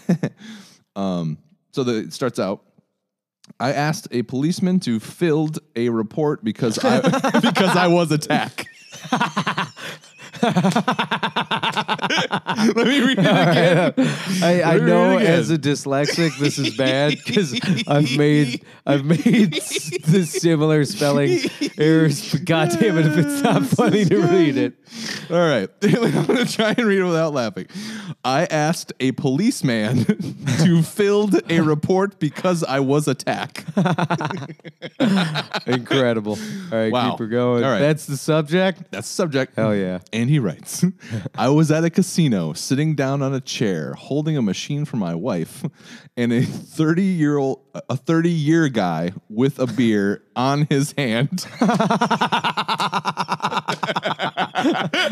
[SPEAKER 2] so the, it starts out. I asked a policeman to field a report because I because I was attacked. Let me read it again.
[SPEAKER 1] I, I
[SPEAKER 2] Read it
[SPEAKER 1] know
[SPEAKER 2] again.
[SPEAKER 1] as a dyslexic this is bad because I've made I've made s- the similar spelling errors. But God damn it, if it's not funny to read it.
[SPEAKER 2] All right. I'm going to try and read it without laughing. I asked a policeman to field a report because I was attacked.
[SPEAKER 1] Incredible. All right,
[SPEAKER 2] Wow.
[SPEAKER 1] keep her going.
[SPEAKER 2] All right.
[SPEAKER 1] That's the subject.
[SPEAKER 2] That's the subject.
[SPEAKER 1] Hell yeah.
[SPEAKER 2] And he writes I was at a casino sitting down on a chair holding a machine for my wife and a 30 year old, a 30 year guy with a beer on his hand.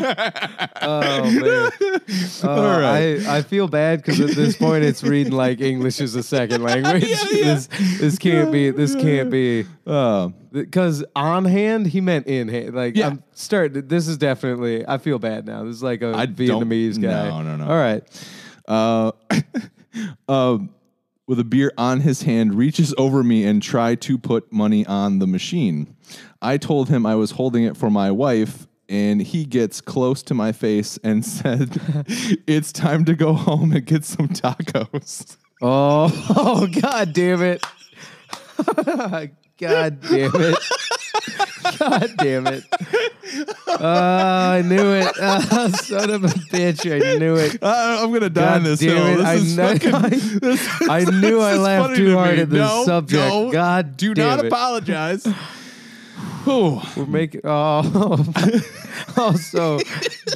[SPEAKER 1] Oh man. Uh,
[SPEAKER 2] All right.
[SPEAKER 1] I, I feel bad because at this point it's reading like English is a second language. This this can't be this can't be
[SPEAKER 2] Uh,
[SPEAKER 1] because on hand he meant in hand. Like
[SPEAKER 2] Yeah.
[SPEAKER 1] I'm starting. This is definitely. I feel bad now. This is like a
[SPEAKER 2] I don't-
[SPEAKER 1] Vietnamese guy.
[SPEAKER 2] no, no, no.
[SPEAKER 1] All right.
[SPEAKER 2] uh, um, with a beer on his hand, reaches over me and try to put money on the machine. I told him I was holding it for my wife, and he gets close to my face and said, "It's time to go home and get some tacos."
[SPEAKER 1] Oh, oh, god damn it! god damn it! God damn it. Oh, I knew it. Oh, son of a bitch. I knew it.
[SPEAKER 2] I, I'm gonna die
[SPEAKER 1] God
[SPEAKER 2] on this
[SPEAKER 1] damn
[SPEAKER 2] hill.
[SPEAKER 1] it,
[SPEAKER 2] This
[SPEAKER 1] I
[SPEAKER 2] is
[SPEAKER 1] know-
[SPEAKER 2] fucking. this is-
[SPEAKER 1] I knew
[SPEAKER 2] this
[SPEAKER 1] I
[SPEAKER 2] is
[SPEAKER 1] laughed
[SPEAKER 2] funny
[SPEAKER 1] too
[SPEAKER 2] to
[SPEAKER 1] hard
[SPEAKER 2] me.
[SPEAKER 1] at this
[SPEAKER 2] No,
[SPEAKER 1] subject.
[SPEAKER 2] no,
[SPEAKER 1] God
[SPEAKER 2] do
[SPEAKER 1] damn
[SPEAKER 2] not
[SPEAKER 1] it.
[SPEAKER 2] apologize. Whew.
[SPEAKER 1] We're making oh also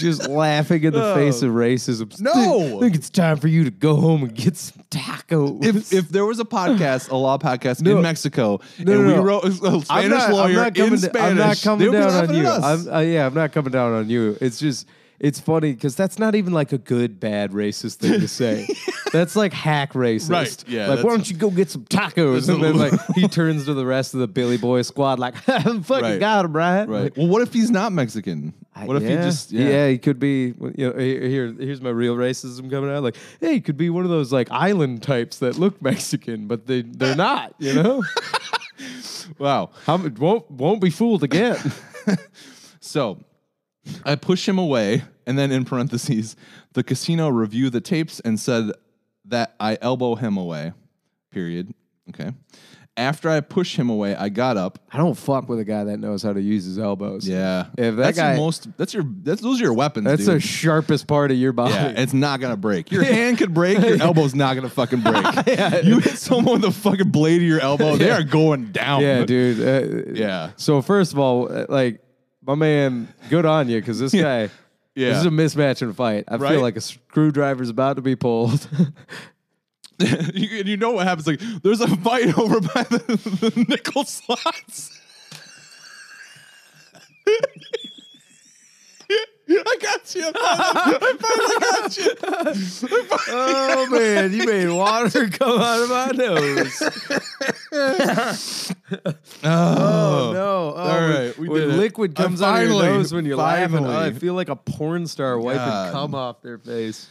[SPEAKER 1] just laughing in the face of racism.
[SPEAKER 2] No.
[SPEAKER 1] I think it's time for you to go home and get some tacos.
[SPEAKER 2] if if there was a podcast, a law podcast
[SPEAKER 1] No.
[SPEAKER 2] in Mexico,
[SPEAKER 1] No,
[SPEAKER 2] and
[SPEAKER 1] no,
[SPEAKER 2] we
[SPEAKER 1] no.
[SPEAKER 2] wrote a Spanish
[SPEAKER 1] I'm not,
[SPEAKER 2] lawyer
[SPEAKER 1] I'm not coming,
[SPEAKER 2] in
[SPEAKER 1] da-
[SPEAKER 2] Spanish,
[SPEAKER 1] I'm not
[SPEAKER 2] they
[SPEAKER 1] coming
[SPEAKER 2] would be
[SPEAKER 1] down on
[SPEAKER 2] laughing at
[SPEAKER 1] you.
[SPEAKER 2] us.
[SPEAKER 1] I'm, uh, yeah, I'm not coming down on you. It's just it's funny because that's not even like a good bad racist thing to say. that's like hack racist.
[SPEAKER 2] Right, yeah,
[SPEAKER 1] like why
[SPEAKER 2] that's-
[SPEAKER 1] don't you go get some tacos? And then like he turns to the rest of the Billy Boy squad like fucking
[SPEAKER 2] Right.
[SPEAKER 1] got him right.
[SPEAKER 2] Right. Well, what if he's not Mexican?
[SPEAKER 1] I-
[SPEAKER 2] What if
[SPEAKER 1] yeah.
[SPEAKER 2] he just
[SPEAKER 1] yeah. he could be you know he- here here's my real racism coming out like hey he could be one of those like island types that look Mexican but they they're not you know
[SPEAKER 2] Wow.
[SPEAKER 1] How, m- won't won't be fooled again
[SPEAKER 2] So I push him away, and then in parentheses, the casino reviewed the tapes and said that I elbow him away. Period. Okay. After I push him away, I got up.
[SPEAKER 1] I don't fuck with a guy that knows how to use his elbows
[SPEAKER 2] Yeah.
[SPEAKER 1] If that
[SPEAKER 2] that's
[SPEAKER 1] guy-
[SPEAKER 2] your most that's your that's those are your weapons.
[SPEAKER 1] that's
[SPEAKER 2] dude.
[SPEAKER 1] the sharpest part of your body
[SPEAKER 2] Yeah, it's not gonna break. Your hand could break. Your elbow's not gonna fucking break. You hit someone with a fucking blade of your elbow, they are going down.
[SPEAKER 1] Yeah, dude uh,
[SPEAKER 2] Yeah.
[SPEAKER 1] so first of all uh, like my man good on you because this guy
[SPEAKER 2] Yeah.
[SPEAKER 1] This is a mismatch in a fight. I
[SPEAKER 2] Right?
[SPEAKER 1] feel like a screwdriver's about to be pulled.
[SPEAKER 2] you, and you know what happens? Like, there's a fight over by the, the nickel slots. I got you.
[SPEAKER 1] Oh man, you made water come out of my nose. Oh no! Oh,
[SPEAKER 2] All
[SPEAKER 1] when-
[SPEAKER 2] right, we
[SPEAKER 1] when
[SPEAKER 2] did it.
[SPEAKER 1] liquid
[SPEAKER 2] I
[SPEAKER 1] comes out of your
[SPEAKER 2] finally-
[SPEAKER 1] nose when you're laughing, oh, I
[SPEAKER 2] finally.
[SPEAKER 1] feel like a porn star wiping
[SPEAKER 2] God.
[SPEAKER 1] cum off their face.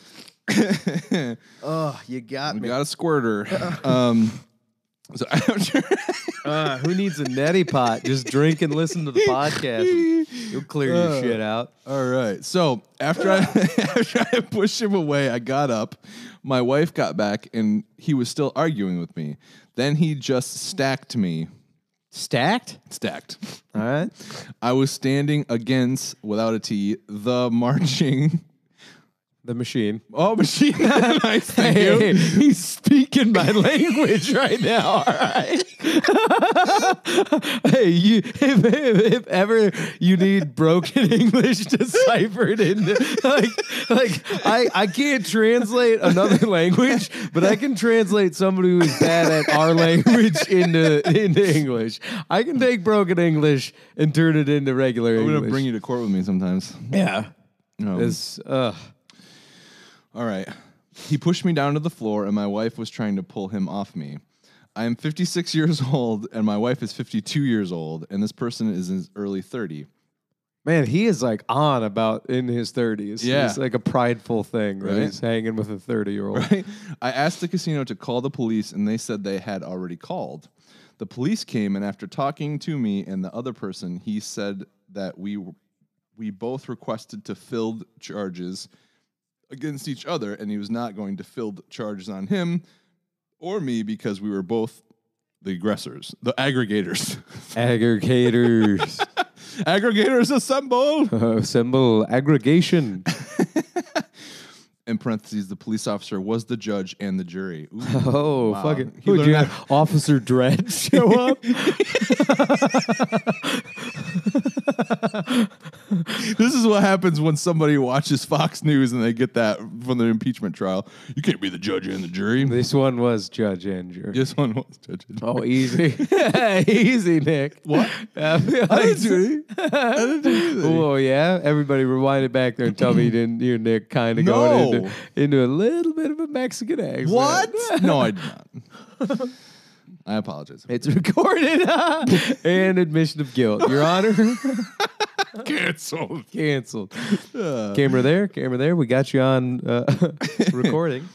[SPEAKER 1] oh, you got
[SPEAKER 2] We
[SPEAKER 1] me.
[SPEAKER 2] got a squirter. Um, so after
[SPEAKER 1] Uh, who needs a neti pot? Just drink and listen to the podcast. You'll clear your
[SPEAKER 2] Uh.
[SPEAKER 1] shit out.
[SPEAKER 2] All right. So after I after I pushed him away, I got up. My wife got back, and he was still arguing with me. Then he just stacked me.
[SPEAKER 1] Stacked.
[SPEAKER 2] Stacked.
[SPEAKER 1] All right.
[SPEAKER 2] I was standing against, without a T, the marching.
[SPEAKER 1] The machine.
[SPEAKER 2] Oh, machine. nice. Thank
[SPEAKER 1] Hey,
[SPEAKER 2] you.
[SPEAKER 1] he's speaking my language right now. All right. hey, you, if, if, if ever you need broken English deciphered into, like, like I, I can't translate another language, but I can translate somebody who's bad at our language into into English. I can take broken English and turn it into regular
[SPEAKER 2] I'm
[SPEAKER 1] English.
[SPEAKER 2] gonna bring you to court with me sometimes.
[SPEAKER 1] yeah.
[SPEAKER 2] No.
[SPEAKER 1] It's, uh,
[SPEAKER 2] All right. He pushed me down to the floor, and my wife was trying to pull him off me. I am 56 years old, and my wife is 52 years old, and this person is in his early 30.
[SPEAKER 1] Man, he is like on about in his 30s.
[SPEAKER 2] Yeah.
[SPEAKER 1] It's like a prideful thing, right?
[SPEAKER 2] Right.
[SPEAKER 1] He's hanging with a 30 year old.
[SPEAKER 2] I asked the casino to call the police, and they said they had already called. The police came, and after talking to me and the other person, he said that we we both requested to field charges against each other, and he was not going to field charges on him or me because we were both the aggressors, the aggregators.
[SPEAKER 1] Aggregators.
[SPEAKER 2] aggregators assemble!
[SPEAKER 1] Uh, symbol aggregation.
[SPEAKER 2] In parentheses, the police officer was the judge and the jury. Ooh.
[SPEAKER 1] Oh,
[SPEAKER 2] Wow.
[SPEAKER 1] fuck it.
[SPEAKER 2] He
[SPEAKER 1] Who'd you
[SPEAKER 2] learned
[SPEAKER 1] have? Officer Dredd show up?
[SPEAKER 2] This is what happens when somebody watches Fox News and they get that from the impeachment trial. You can't be the judge and the jury.
[SPEAKER 1] this one was Judge Andrew.
[SPEAKER 2] This one was judge. and jury.
[SPEAKER 1] Oh, easy. easy, Nick.
[SPEAKER 2] What?
[SPEAKER 1] I feel
[SPEAKER 2] I
[SPEAKER 1] like-
[SPEAKER 2] didn't do anything. I didn't do anything.
[SPEAKER 1] Oh yeah! Everybody rewind it back there and tell me you didn't hear Nick kind of going into,
[SPEAKER 2] No.
[SPEAKER 1] into a little bit of a Mexican accent.
[SPEAKER 2] What? No, I did not. I apologize.
[SPEAKER 1] It's recorded and admission of guilt. Your Honor,
[SPEAKER 2] canceled.
[SPEAKER 1] canceled.
[SPEAKER 2] Uh,
[SPEAKER 1] Camera there, camera there. We got you on uh, recording.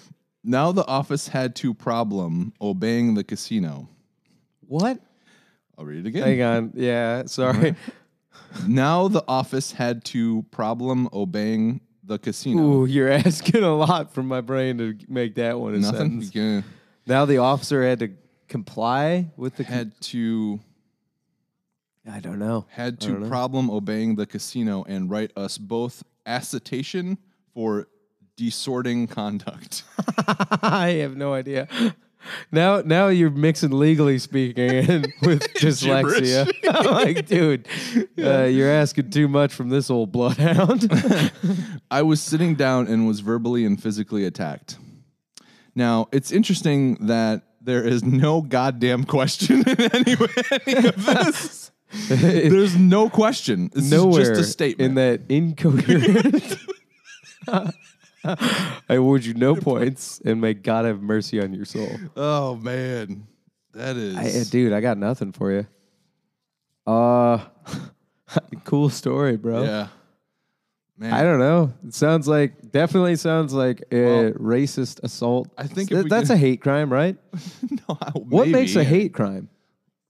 [SPEAKER 2] now the office had to problem obeying the casino.
[SPEAKER 1] What?
[SPEAKER 2] I'll read it again.
[SPEAKER 1] Hang on. Yeah, sorry.
[SPEAKER 2] Now the office had to problem obeying the casino.
[SPEAKER 1] Ooh, you're asking a lot from my brain to make that one a
[SPEAKER 2] Nothing.
[SPEAKER 1] sentence.
[SPEAKER 2] Yeah.
[SPEAKER 1] Now the officer had to comply with the.
[SPEAKER 2] Had to
[SPEAKER 1] I don't know.
[SPEAKER 2] Had to problem obeying the casino and write us both a citation for desorting conduct.
[SPEAKER 1] I have no idea. Now, now you're mixing legally speaking in with dyslexia. I'm like, dude, uh, you're asking too much from this old bloodhound.
[SPEAKER 2] I was sitting down and was verbally and physically attacked. Now, it's interesting that there is no goddamn question in any, any of this. There's no question. This
[SPEAKER 1] Nowhere
[SPEAKER 2] is just a statement.
[SPEAKER 1] in that incoherent. I award you no points, and may God have mercy on your soul.
[SPEAKER 2] oh man, that is.
[SPEAKER 1] I, uh, dude, I got nothing for you. Uh, cool story, bro.
[SPEAKER 2] yeah, man.
[SPEAKER 1] I don't know. It sounds like definitely sounds like a
[SPEAKER 2] Well,
[SPEAKER 1] racist assault.
[SPEAKER 2] I think if
[SPEAKER 1] Th-
[SPEAKER 2] we
[SPEAKER 1] that's
[SPEAKER 2] could-
[SPEAKER 1] a hate crime, right?
[SPEAKER 2] know how-
[SPEAKER 1] What makes a
[SPEAKER 2] maybe.
[SPEAKER 1] hate crime?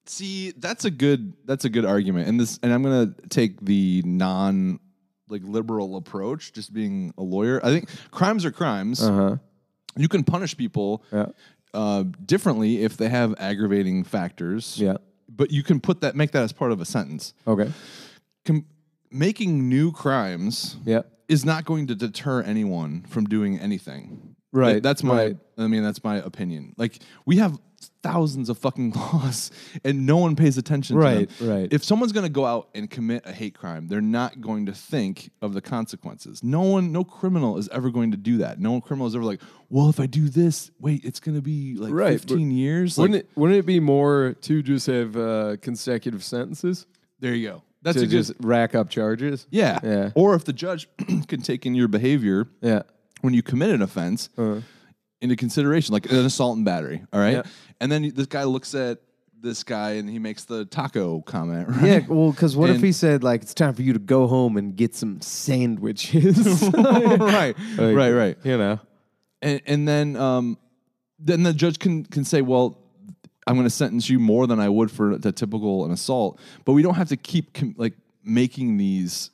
[SPEAKER 2] See, that's a good that's a good argument. And this and I'm gonna take the non like liberal approach, just being a lawyer. I think crimes are crimes.
[SPEAKER 1] Uh-huh.
[SPEAKER 2] You can punish people
[SPEAKER 1] Yeah.
[SPEAKER 2] uh, differently if they have aggravating factors.
[SPEAKER 1] Yeah.
[SPEAKER 2] But you can put that make that as part of a sentence.
[SPEAKER 1] Okay.
[SPEAKER 2] Com- making new crimes
[SPEAKER 1] Yeah.
[SPEAKER 2] is not going to deter anyone from doing anything.
[SPEAKER 1] Right,
[SPEAKER 2] Th- That's my
[SPEAKER 1] right.
[SPEAKER 2] I mean that's my opinion. Like we have thousands of fucking laws and no one pays attention
[SPEAKER 1] Right,
[SPEAKER 2] to them.
[SPEAKER 1] right.
[SPEAKER 2] If someone's going to go out and commit a hate crime, they're not going to think of the consequences. No one no criminal is ever going to do that. No criminal is ever like, "Well, if I do this, wait, it's going to be like
[SPEAKER 3] Right, but
[SPEAKER 2] 15 years." Like,
[SPEAKER 3] Wouldn't it, wouldn't it be more to just have uh, consecutive sentences
[SPEAKER 2] there you go. That's
[SPEAKER 1] To
[SPEAKER 2] a good
[SPEAKER 1] just rack up charges.
[SPEAKER 2] yeah.
[SPEAKER 1] Yeah.
[SPEAKER 2] Or if the judge can take in your behavior
[SPEAKER 1] Yeah.
[SPEAKER 2] when you commit an offense
[SPEAKER 1] Uh-huh.
[SPEAKER 2] into consideration, like an assault and battery. All right. And then this guy looks at this guy and he makes the taco comment, right?
[SPEAKER 1] Yeah, well, because what if
[SPEAKER 2] And-
[SPEAKER 1] he said like it's time for you to go home and get some sandwiches?
[SPEAKER 2] right. right, right.
[SPEAKER 1] You know,
[SPEAKER 2] And, and then um, then the judge can can say, well, I'm going to sentence you more than I would for the typical an assault, but we don't have to keep com- like making these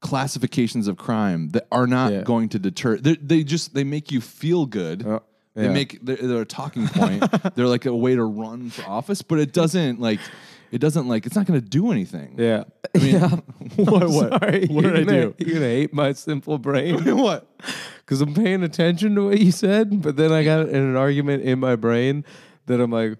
[SPEAKER 2] classifications of crime that are not
[SPEAKER 1] Yeah.
[SPEAKER 2] going to deter. They, they just they make you feel good.
[SPEAKER 1] Uh,
[SPEAKER 2] They
[SPEAKER 1] yeah.
[SPEAKER 2] make they're, they're a talking point. they're like a way to run for office, but it doesn't like it doesn't like it's not going to do anything.
[SPEAKER 1] yeah.
[SPEAKER 2] I mean,
[SPEAKER 1] What? What?
[SPEAKER 3] What did I do?
[SPEAKER 1] You're gonna hate my simple brain
[SPEAKER 2] what?
[SPEAKER 1] because I'm paying attention to what you said, but then I got in an argument in my brain that I'm like,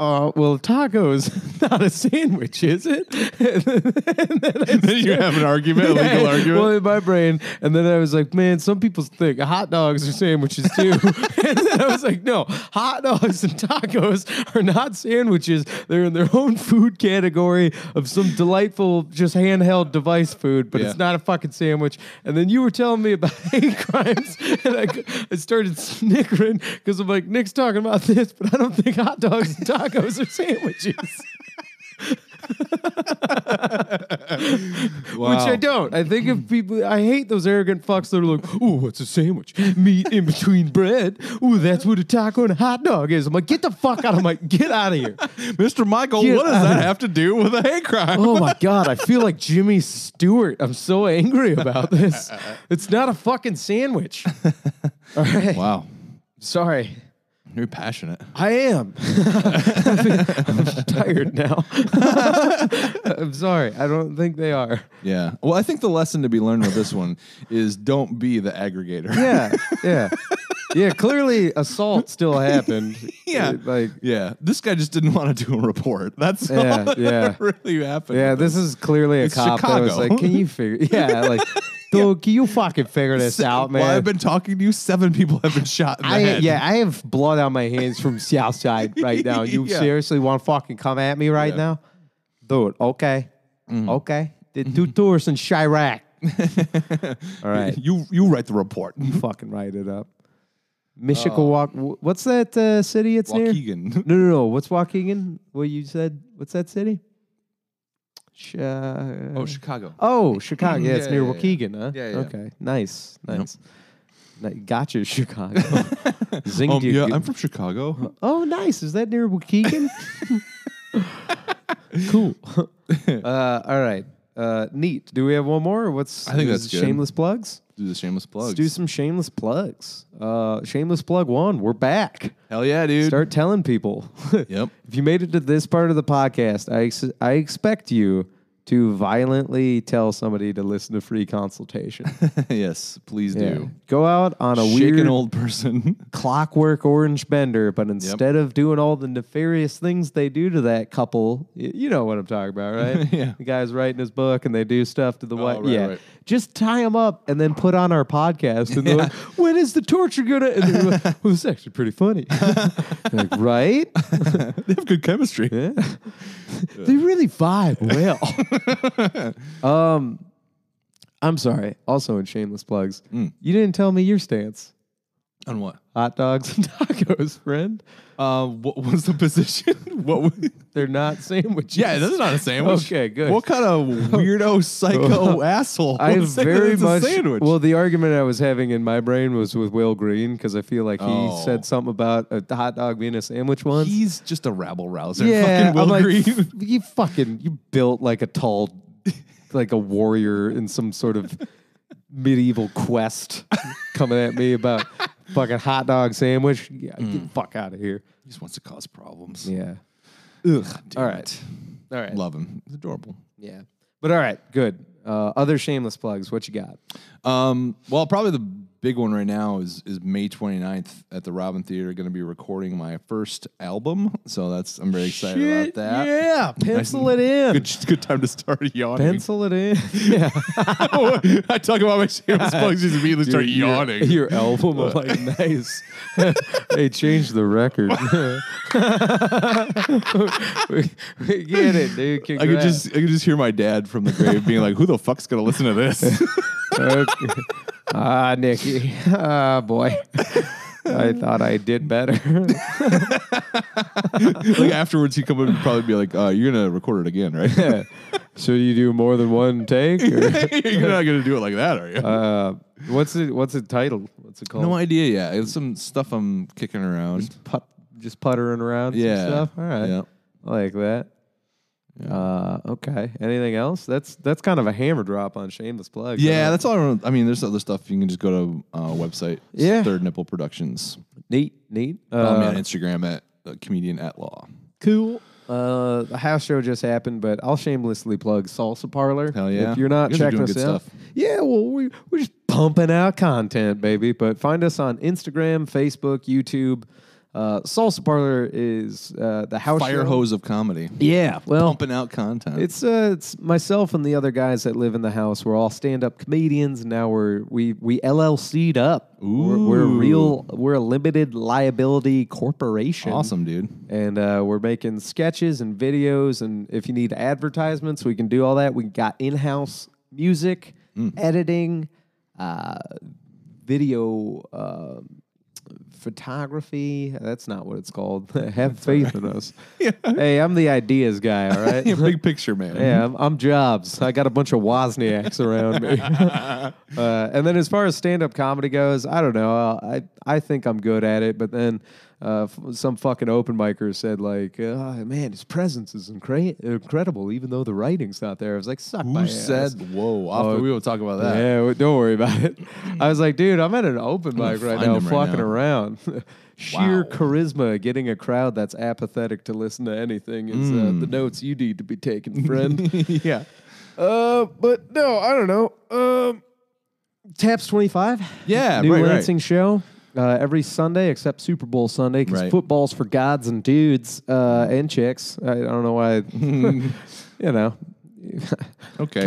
[SPEAKER 1] oh, well, tacos, not a sandwich, is it? and then I
[SPEAKER 2] you have an argument, a
[SPEAKER 1] Yeah,
[SPEAKER 2] legal argument.
[SPEAKER 1] Well, in my brain, and then I was like, man, some people think hot dogs are sandwiches too. and then I was like, no, hot dogs and tacos are not sandwiches. They're in their own food category of some delightful, just handheld device food, but
[SPEAKER 2] Yeah.
[SPEAKER 1] it's not a fucking sandwich. And then you were telling me about hate crimes, and I, I started snickering because I'm like, Nick's talking about this, but I don't think hot dogs and tacos are sandwiches. Which I
[SPEAKER 2] Wow.
[SPEAKER 1] don't. I think if people, I hate those arrogant fucks that are like, "Ooh, what's a sandwich? Meat in between bread. Ooh, that's what a taco and a hot dog is." I'm like, "Get the fuck out of my, get out of here!"
[SPEAKER 2] Mr. Michael,
[SPEAKER 1] Get
[SPEAKER 2] what does
[SPEAKER 1] out of-
[SPEAKER 2] that have to do with a hate crime?
[SPEAKER 1] Oh my god, I feel like Jimmy Stewart. I'm so angry about this. It's not a fucking sandwich. All right,
[SPEAKER 2] Wow.
[SPEAKER 1] sorry.
[SPEAKER 2] You're passionate.
[SPEAKER 1] I am. I'm tired now. I'm sorry. I don't think they are.
[SPEAKER 2] Yeah. Well, I think the lesson to be learned with this one is don't be the aggregator.
[SPEAKER 1] Yeah, yeah, yeah. Clearly, assault still happened.
[SPEAKER 2] Yeah.
[SPEAKER 1] It, like
[SPEAKER 2] Yeah. This guy just didn't want to do a report. That's
[SPEAKER 1] Yeah,
[SPEAKER 2] all that
[SPEAKER 1] yeah.
[SPEAKER 2] really happened.
[SPEAKER 1] Yeah, this is clearly a
[SPEAKER 2] It's
[SPEAKER 1] cop that was
[SPEAKER 2] Chicago.
[SPEAKER 1] like, "Can you figure? Yeah, like, dude, can you fucking figure this out, man?
[SPEAKER 2] While I've been talking to you, seven people have been shot in the
[SPEAKER 1] I
[SPEAKER 2] head.
[SPEAKER 1] yeah, I have blood on my hands from Southside right now. You
[SPEAKER 2] Yeah.
[SPEAKER 1] seriously want to fucking come at me right
[SPEAKER 2] Yeah. Mm.
[SPEAKER 1] now, dude? Okay, okay. Did
[SPEAKER 2] Mm-hmm.
[SPEAKER 1] two tours in Chirac. All right,
[SPEAKER 2] You you write the report.
[SPEAKER 1] fucking write it up.
[SPEAKER 2] Uh,
[SPEAKER 1] Mishikawak, what's that uh, city it's near?
[SPEAKER 2] Waukegan.
[SPEAKER 1] No, no, no. What's Waukegan? What you said? What's that city? Ch- oh,
[SPEAKER 2] Chicago.
[SPEAKER 1] oh, Chicago. Yeah, it's
[SPEAKER 2] Yeah,
[SPEAKER 1] near
[SPEAKER 2] yeah, yeah.
[SPEAKER 1] Waukegan, huh?
[SPEAKER 2] Yeah, yeah.
[SPEAKER 1] Okay. Nice, nice. Ni- Gotcha, Chicago. Zing
[SPEAKER 2] Um, yeah,
[SPEAKER 1] dude.
[SPEAKER 2] I'm from Chicago.
[SPEAKER 1] oh, nice. Is that near Waukegan? cool. uh, all right. Uh, neat. Do we have one more? Or what's
[SPEAKER 2] I think
[SPEAKER 1] is
[SPEAKER 2] that's good.
[SPEAKER 1] shameless plugs.
[SPEAKER 2] Do the shameless plugs.
[SPEAKER 1] Let's do some shameless plugs. Uh, shameless plug one. We're back.
[SPEAKER 2] Hell yeah, dude.
[SPEAKER 1] Start telling people.
[SPEAKER 2] Yep.
[SPEAKER 1] If you made it to this part of the podcast, I ex- I expect you to violently tell somebody to listen to free consultation.
[SPEAKER 2] yes, please
[SPEAKER 1] Yeah.
[SPEAKER 2] do.
[SPEAKER 1] Go out on a
[SPEAKER 2] Shake
[SPEAKER 1] weird
[SPEAKER 2] an old person.
[SPEAKER 1] clockwork orange bender, but instead of doing all the nefarious things they do to that couple, y- you know what I'm talking about, right?
[SPEAKER 2] Yeah. Oh,
[SPEAKER 1] The guy's writing his book and they do stuff to the wife.
[SPEAKER 2] right,
[SPEAKER 1] yeah.
[SPEAKER 2] right.
[SPEAKER 1] Just tie them up and then put on our podcast. And they're like, when is the torture gonna? And they're like, well, this is actually pretty funny. like, right?
[SPEAKER 2] they have good chemistry.
[SPEAKER 1] Yeah. they really vibe well. um, I'm sorry. Also in shameless plugs,
[SPEAKER 2] Mm.
[SPEAKER 1] you didn't tell me your stance.
[SPEAKER 2] On what?
[SPEAKER 1] Hot dogs and tacos, friend.
[SPEAKER 2] Uh, what was the position? what? Was,
[SPEAKER 1] They're not sandwiches.
[SPEAKER 2] yeah, that's not a sandwich.
[SPEAKER 1] Okay, good.
[SPEAKER 2] What kind of weirdo psycho asshole?
[SPEAKER 1] I
[SPEAKER 2] would say that
[SPEAKER 1] very
[SPEAKER 2] it's
[SPEAKER 1] much.
[SPEAKER 2] a sandwich.
[SPEAKER 1] Well, the argument I was having in my brain was with Will Green because I feel like he
[SPEAKER 2] Oh.
[SPEAKER 1] said something about a hot dog being a sandwich once.
[SPEAKER 2] he's just a rabble rouser.
[SPEAKER 1] yeah,
[SPEAKER 2] fucking Will
[SPEAKER 1] I'm like,
[SPEAKER 2] Green.
[SPEAKER 1] "F- you fucking you built like a tall, like a warrior in some sort of medieval quest, coming at me about fucking hot dog sandwich. Yeah, get the fuck out of here.
[SPEAKER 2] He just wants to cause problems.
[SPEAKER 1] Mm. Yeah.
[SPEAKER 2] Ugh,
[SPEAKER 1] All
[SPEAKER 2] all
[SPEAKER 1] right.
[SPEAKER 2] right.
[SPEAKER 1] All right.
[SPEAKER 2] Love him. He's adorable.
[SPEAKER 1] Yeah. But all right. Good. Uh, other shameless plugs. What you got?
[SPEAKER 2] Um, well, probably the big one right now is is May 29th at the Robin Theater. Going to be recording my first album, so that's I'm very excited about that.
[SPEAKER 1] Yeah. Pencil it in.
[SPEAKER 2] Good, good time to start yawning.
[SPEAKER 1] Pencil it in. Yeah.
[SPEAKER 2] I talk about my shameless plugs, just immediately start yawning.
[SPEAKER 1] Your, your album. I'm like, nice. they changed the record. we, we get it, dude.
[SPEAKER 2] I could
[SPEAKER 1] Congrats.
[SPEAKER 2] just I could just hear my dad from the grave being like, "Who the fuck's gonna listen to this?"
[SPEAKER 1] Okay. Ah, Nikki. Ah, boy. I thought I did better.
[SPEAKER 2] like afterwards, he'd come up and probably be like, uh, "You're gonna record it again, right?
[SPEAKER 1] so you do more than one take? Or,
[SPEAKER 2] You're not gonna do it like that, are you?"
[SPEAKER 1] uh, what's it? What's it titled? What's it called?
[SPEAKER 2] no idea. Yeah, it's some stuff I'm kicking around.
[SPEAKER 1] Put, just puttering around.
[SPEAKER 2] Yeah.
[SPEAKER 1] Some stuff. All right.
[SPEAKER 2] Yeah.
[SPEAKER 1] I like that. Uh, okay. Anything else? That's that's kind of a hammer drop on shameless plug.
[SPEAKER 2] Yeah, that's all. I, remember. I mean, there's other stuff you can just go to uh, website. It's
[SPEAKER 1] Yeah.
[SPEAKER 2] Third Nipple Productions.
[SPEAKER 1] neat, neat.
[SPEAKER 2] I'm
[SPEAKER 1] Uh,
[SPEAKER 2] on Instagram at uh, comedian at law.
[SPEAKER 1] cool. Uh, the house show just happened, but I'll shamelessly plug Salsa Parlor.
[SPEAKER 2] Hell yeah.
[SPEAKER 1] If you're not
[SPEAKER 2] You guys are
[SPEAKER 1] checking
[SPEAKER 2] doing
[SPEAKER 1] us
[SPEAKER 2] good
[SPEAKER 1] out,
[SPEAKER 2] stuff.
[SPEAKER 1] yeah. Well, we we're just pumping out content, baby. But find us on Instagram, Facebook, YouTube. Uh, Salsa Parlor is uh, the house
[SPEAKER 2] Fire
[SPEAKER 1] show.
[SPEAKER 2] hose of comedy,
[SPEAKER 1] Yeah. Well,
[SPEAKER 2] pumping out content.
[SPEAKER 1] It's uh, it's myself and the other guys that live in the house. We're all stand-up comedians. Now we're we we LLC'd up. We're, we're
[SPEAKER 2] Ooh.
[SPEAKER 1] real. We're a limited liability corporation.
[SPEAKER 2] awesome, dude.
[SPEAKER 1] And uh, we're making sketches and videos. And if you need advertisements, we can do all that. We got in-house music,
[SPEAKER 2] Mm.
[SPEAKER 1] editing, uh, video. Uh, Photography, that's not what it's called. Have faith in us. Hey, I'm the ideas guy, all right?
[SPEAKER 2] Yeah, big picture, man.
[SPEAKER 1] Yeah, I'm, I'm Jobs. I got a bunch of Wozniaks around me. uh, and then as far as stand up comedy goes, I don't know. I I think I'm good at it. But then uh, f- some fucking open micer said like, oh, "Man, his presence is incre- incredible, even though the writing's not there." I was like, "Suck my
[SPEAKER 2] Who
[SPEAKER 1] ass."
[SPEAKER 2] said? Whoa, off
[SPEAKER 1] Oh,
[SPEAKER 2] we will talk about that.
[SPEAKER 1] Yeah, w- don't worry about it. I was like, dude, I'm at an open
[SPEAKER 2] gonna
[SPEAKER 1] mic right
[SPEAKER 2] find
[SPEAKER 1] now,
[SPEAKER 2] him right
[SPEAKER 1] flocking
[SPEAKER 2] now.
[SPEAKER 1] around. Sheer
[SPEAKER 2] Wow.
[SPEAKER 1] charisma, getting a crowd that's apathetic to listen to anything is uh, the notes you need to be taking, friend.
[SPEAKER 2] Mm. yeah.
[SPEAKER 1] Uh, but no, I don't know. Um, Taps twenty five.
[SPEAKER 2] Yeah,
[SPEAKER 1] new
[SPEAKER 2] right, right.
[SPEAKER 1] Lansing show. Uh, every Sunday except Super Bowl Sunday because
[SPEAKER 2] Right.
[SPEAKER 1] football's for gods and dudes uh, and chicks. I, I don't know why. you know,
[SPEAKER 2] Okay.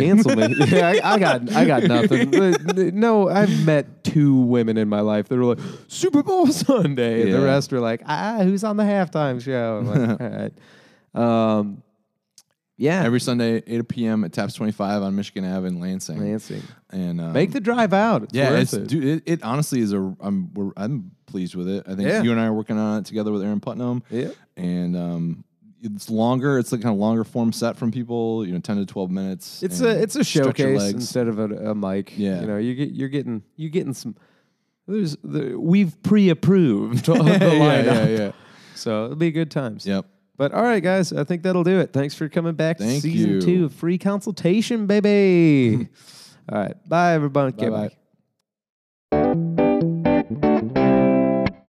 [SPEAKER 1] cancel me. yeah, I, I got I got nothing. Uh, no, I've met two women in my life that were like Super Bowl Sunday, and the
[SPEAKER 2] Yeah.
[SPEAKER 1] rest were like, ah, who's on the halftime show? I'm like, all right. Um, yeah,
[SPEAKER 2] Every Sunday, 8 p.m. at Taps 25 on Michigan Ave in Lansing.
[SPEAKER 1] Lansing.
[SPEAKER 2] And um,
[SPEAKER 1] Make the drive out. It's
[SPEAKER 2] Yeah,
[SPEAKER 1] worth
[SPEAKER 2] it's,
[SPEAKER 1] it.
[SPEAKER 2] dude, it, it honestly is a. I'm we're, I'm pleased with it. I think
[SPEAKER 1] Yeah.
[SPEAKER 2] you and I are working on it together with Aaron Putnam.
[SPEAKER 1] Yeah.
[SPEAKER 2] and um, it's longer. It's like kind of longer form set from people. You know, ten to twelve minutes.
[SPEAKER 1] It's
[SPEAKER 2] and
[SPEAKER 1] a it's a
[SPEAKER 2] stretch your
[SPEAKER 1] showcase
[SPEAKER 2] legs.
[SPEAKER 1] instead of a, a mic.
[SPEAKER 2] Yeah.
[SPEAKER 1] you know you get you're getting you're getting some. There's the, we've pre-approved the lineup,
[SPEAKER 2] yeah, yeah, yeah.
[SPEAKER 1] so it'll be good times.
[SPEAKER 2] Yep.
[SPEAKER 1] But all right, guys, I think that'll do it. Thanks for coming back to
[SPEAKER 2] Thank
[SPEAKER 1] season
[SPEAKER 2] you.
[SPEAKER 1] two of Free Consultation, baby. all right. Bye, everybody.
[SPEAKER 2] Bye-bye.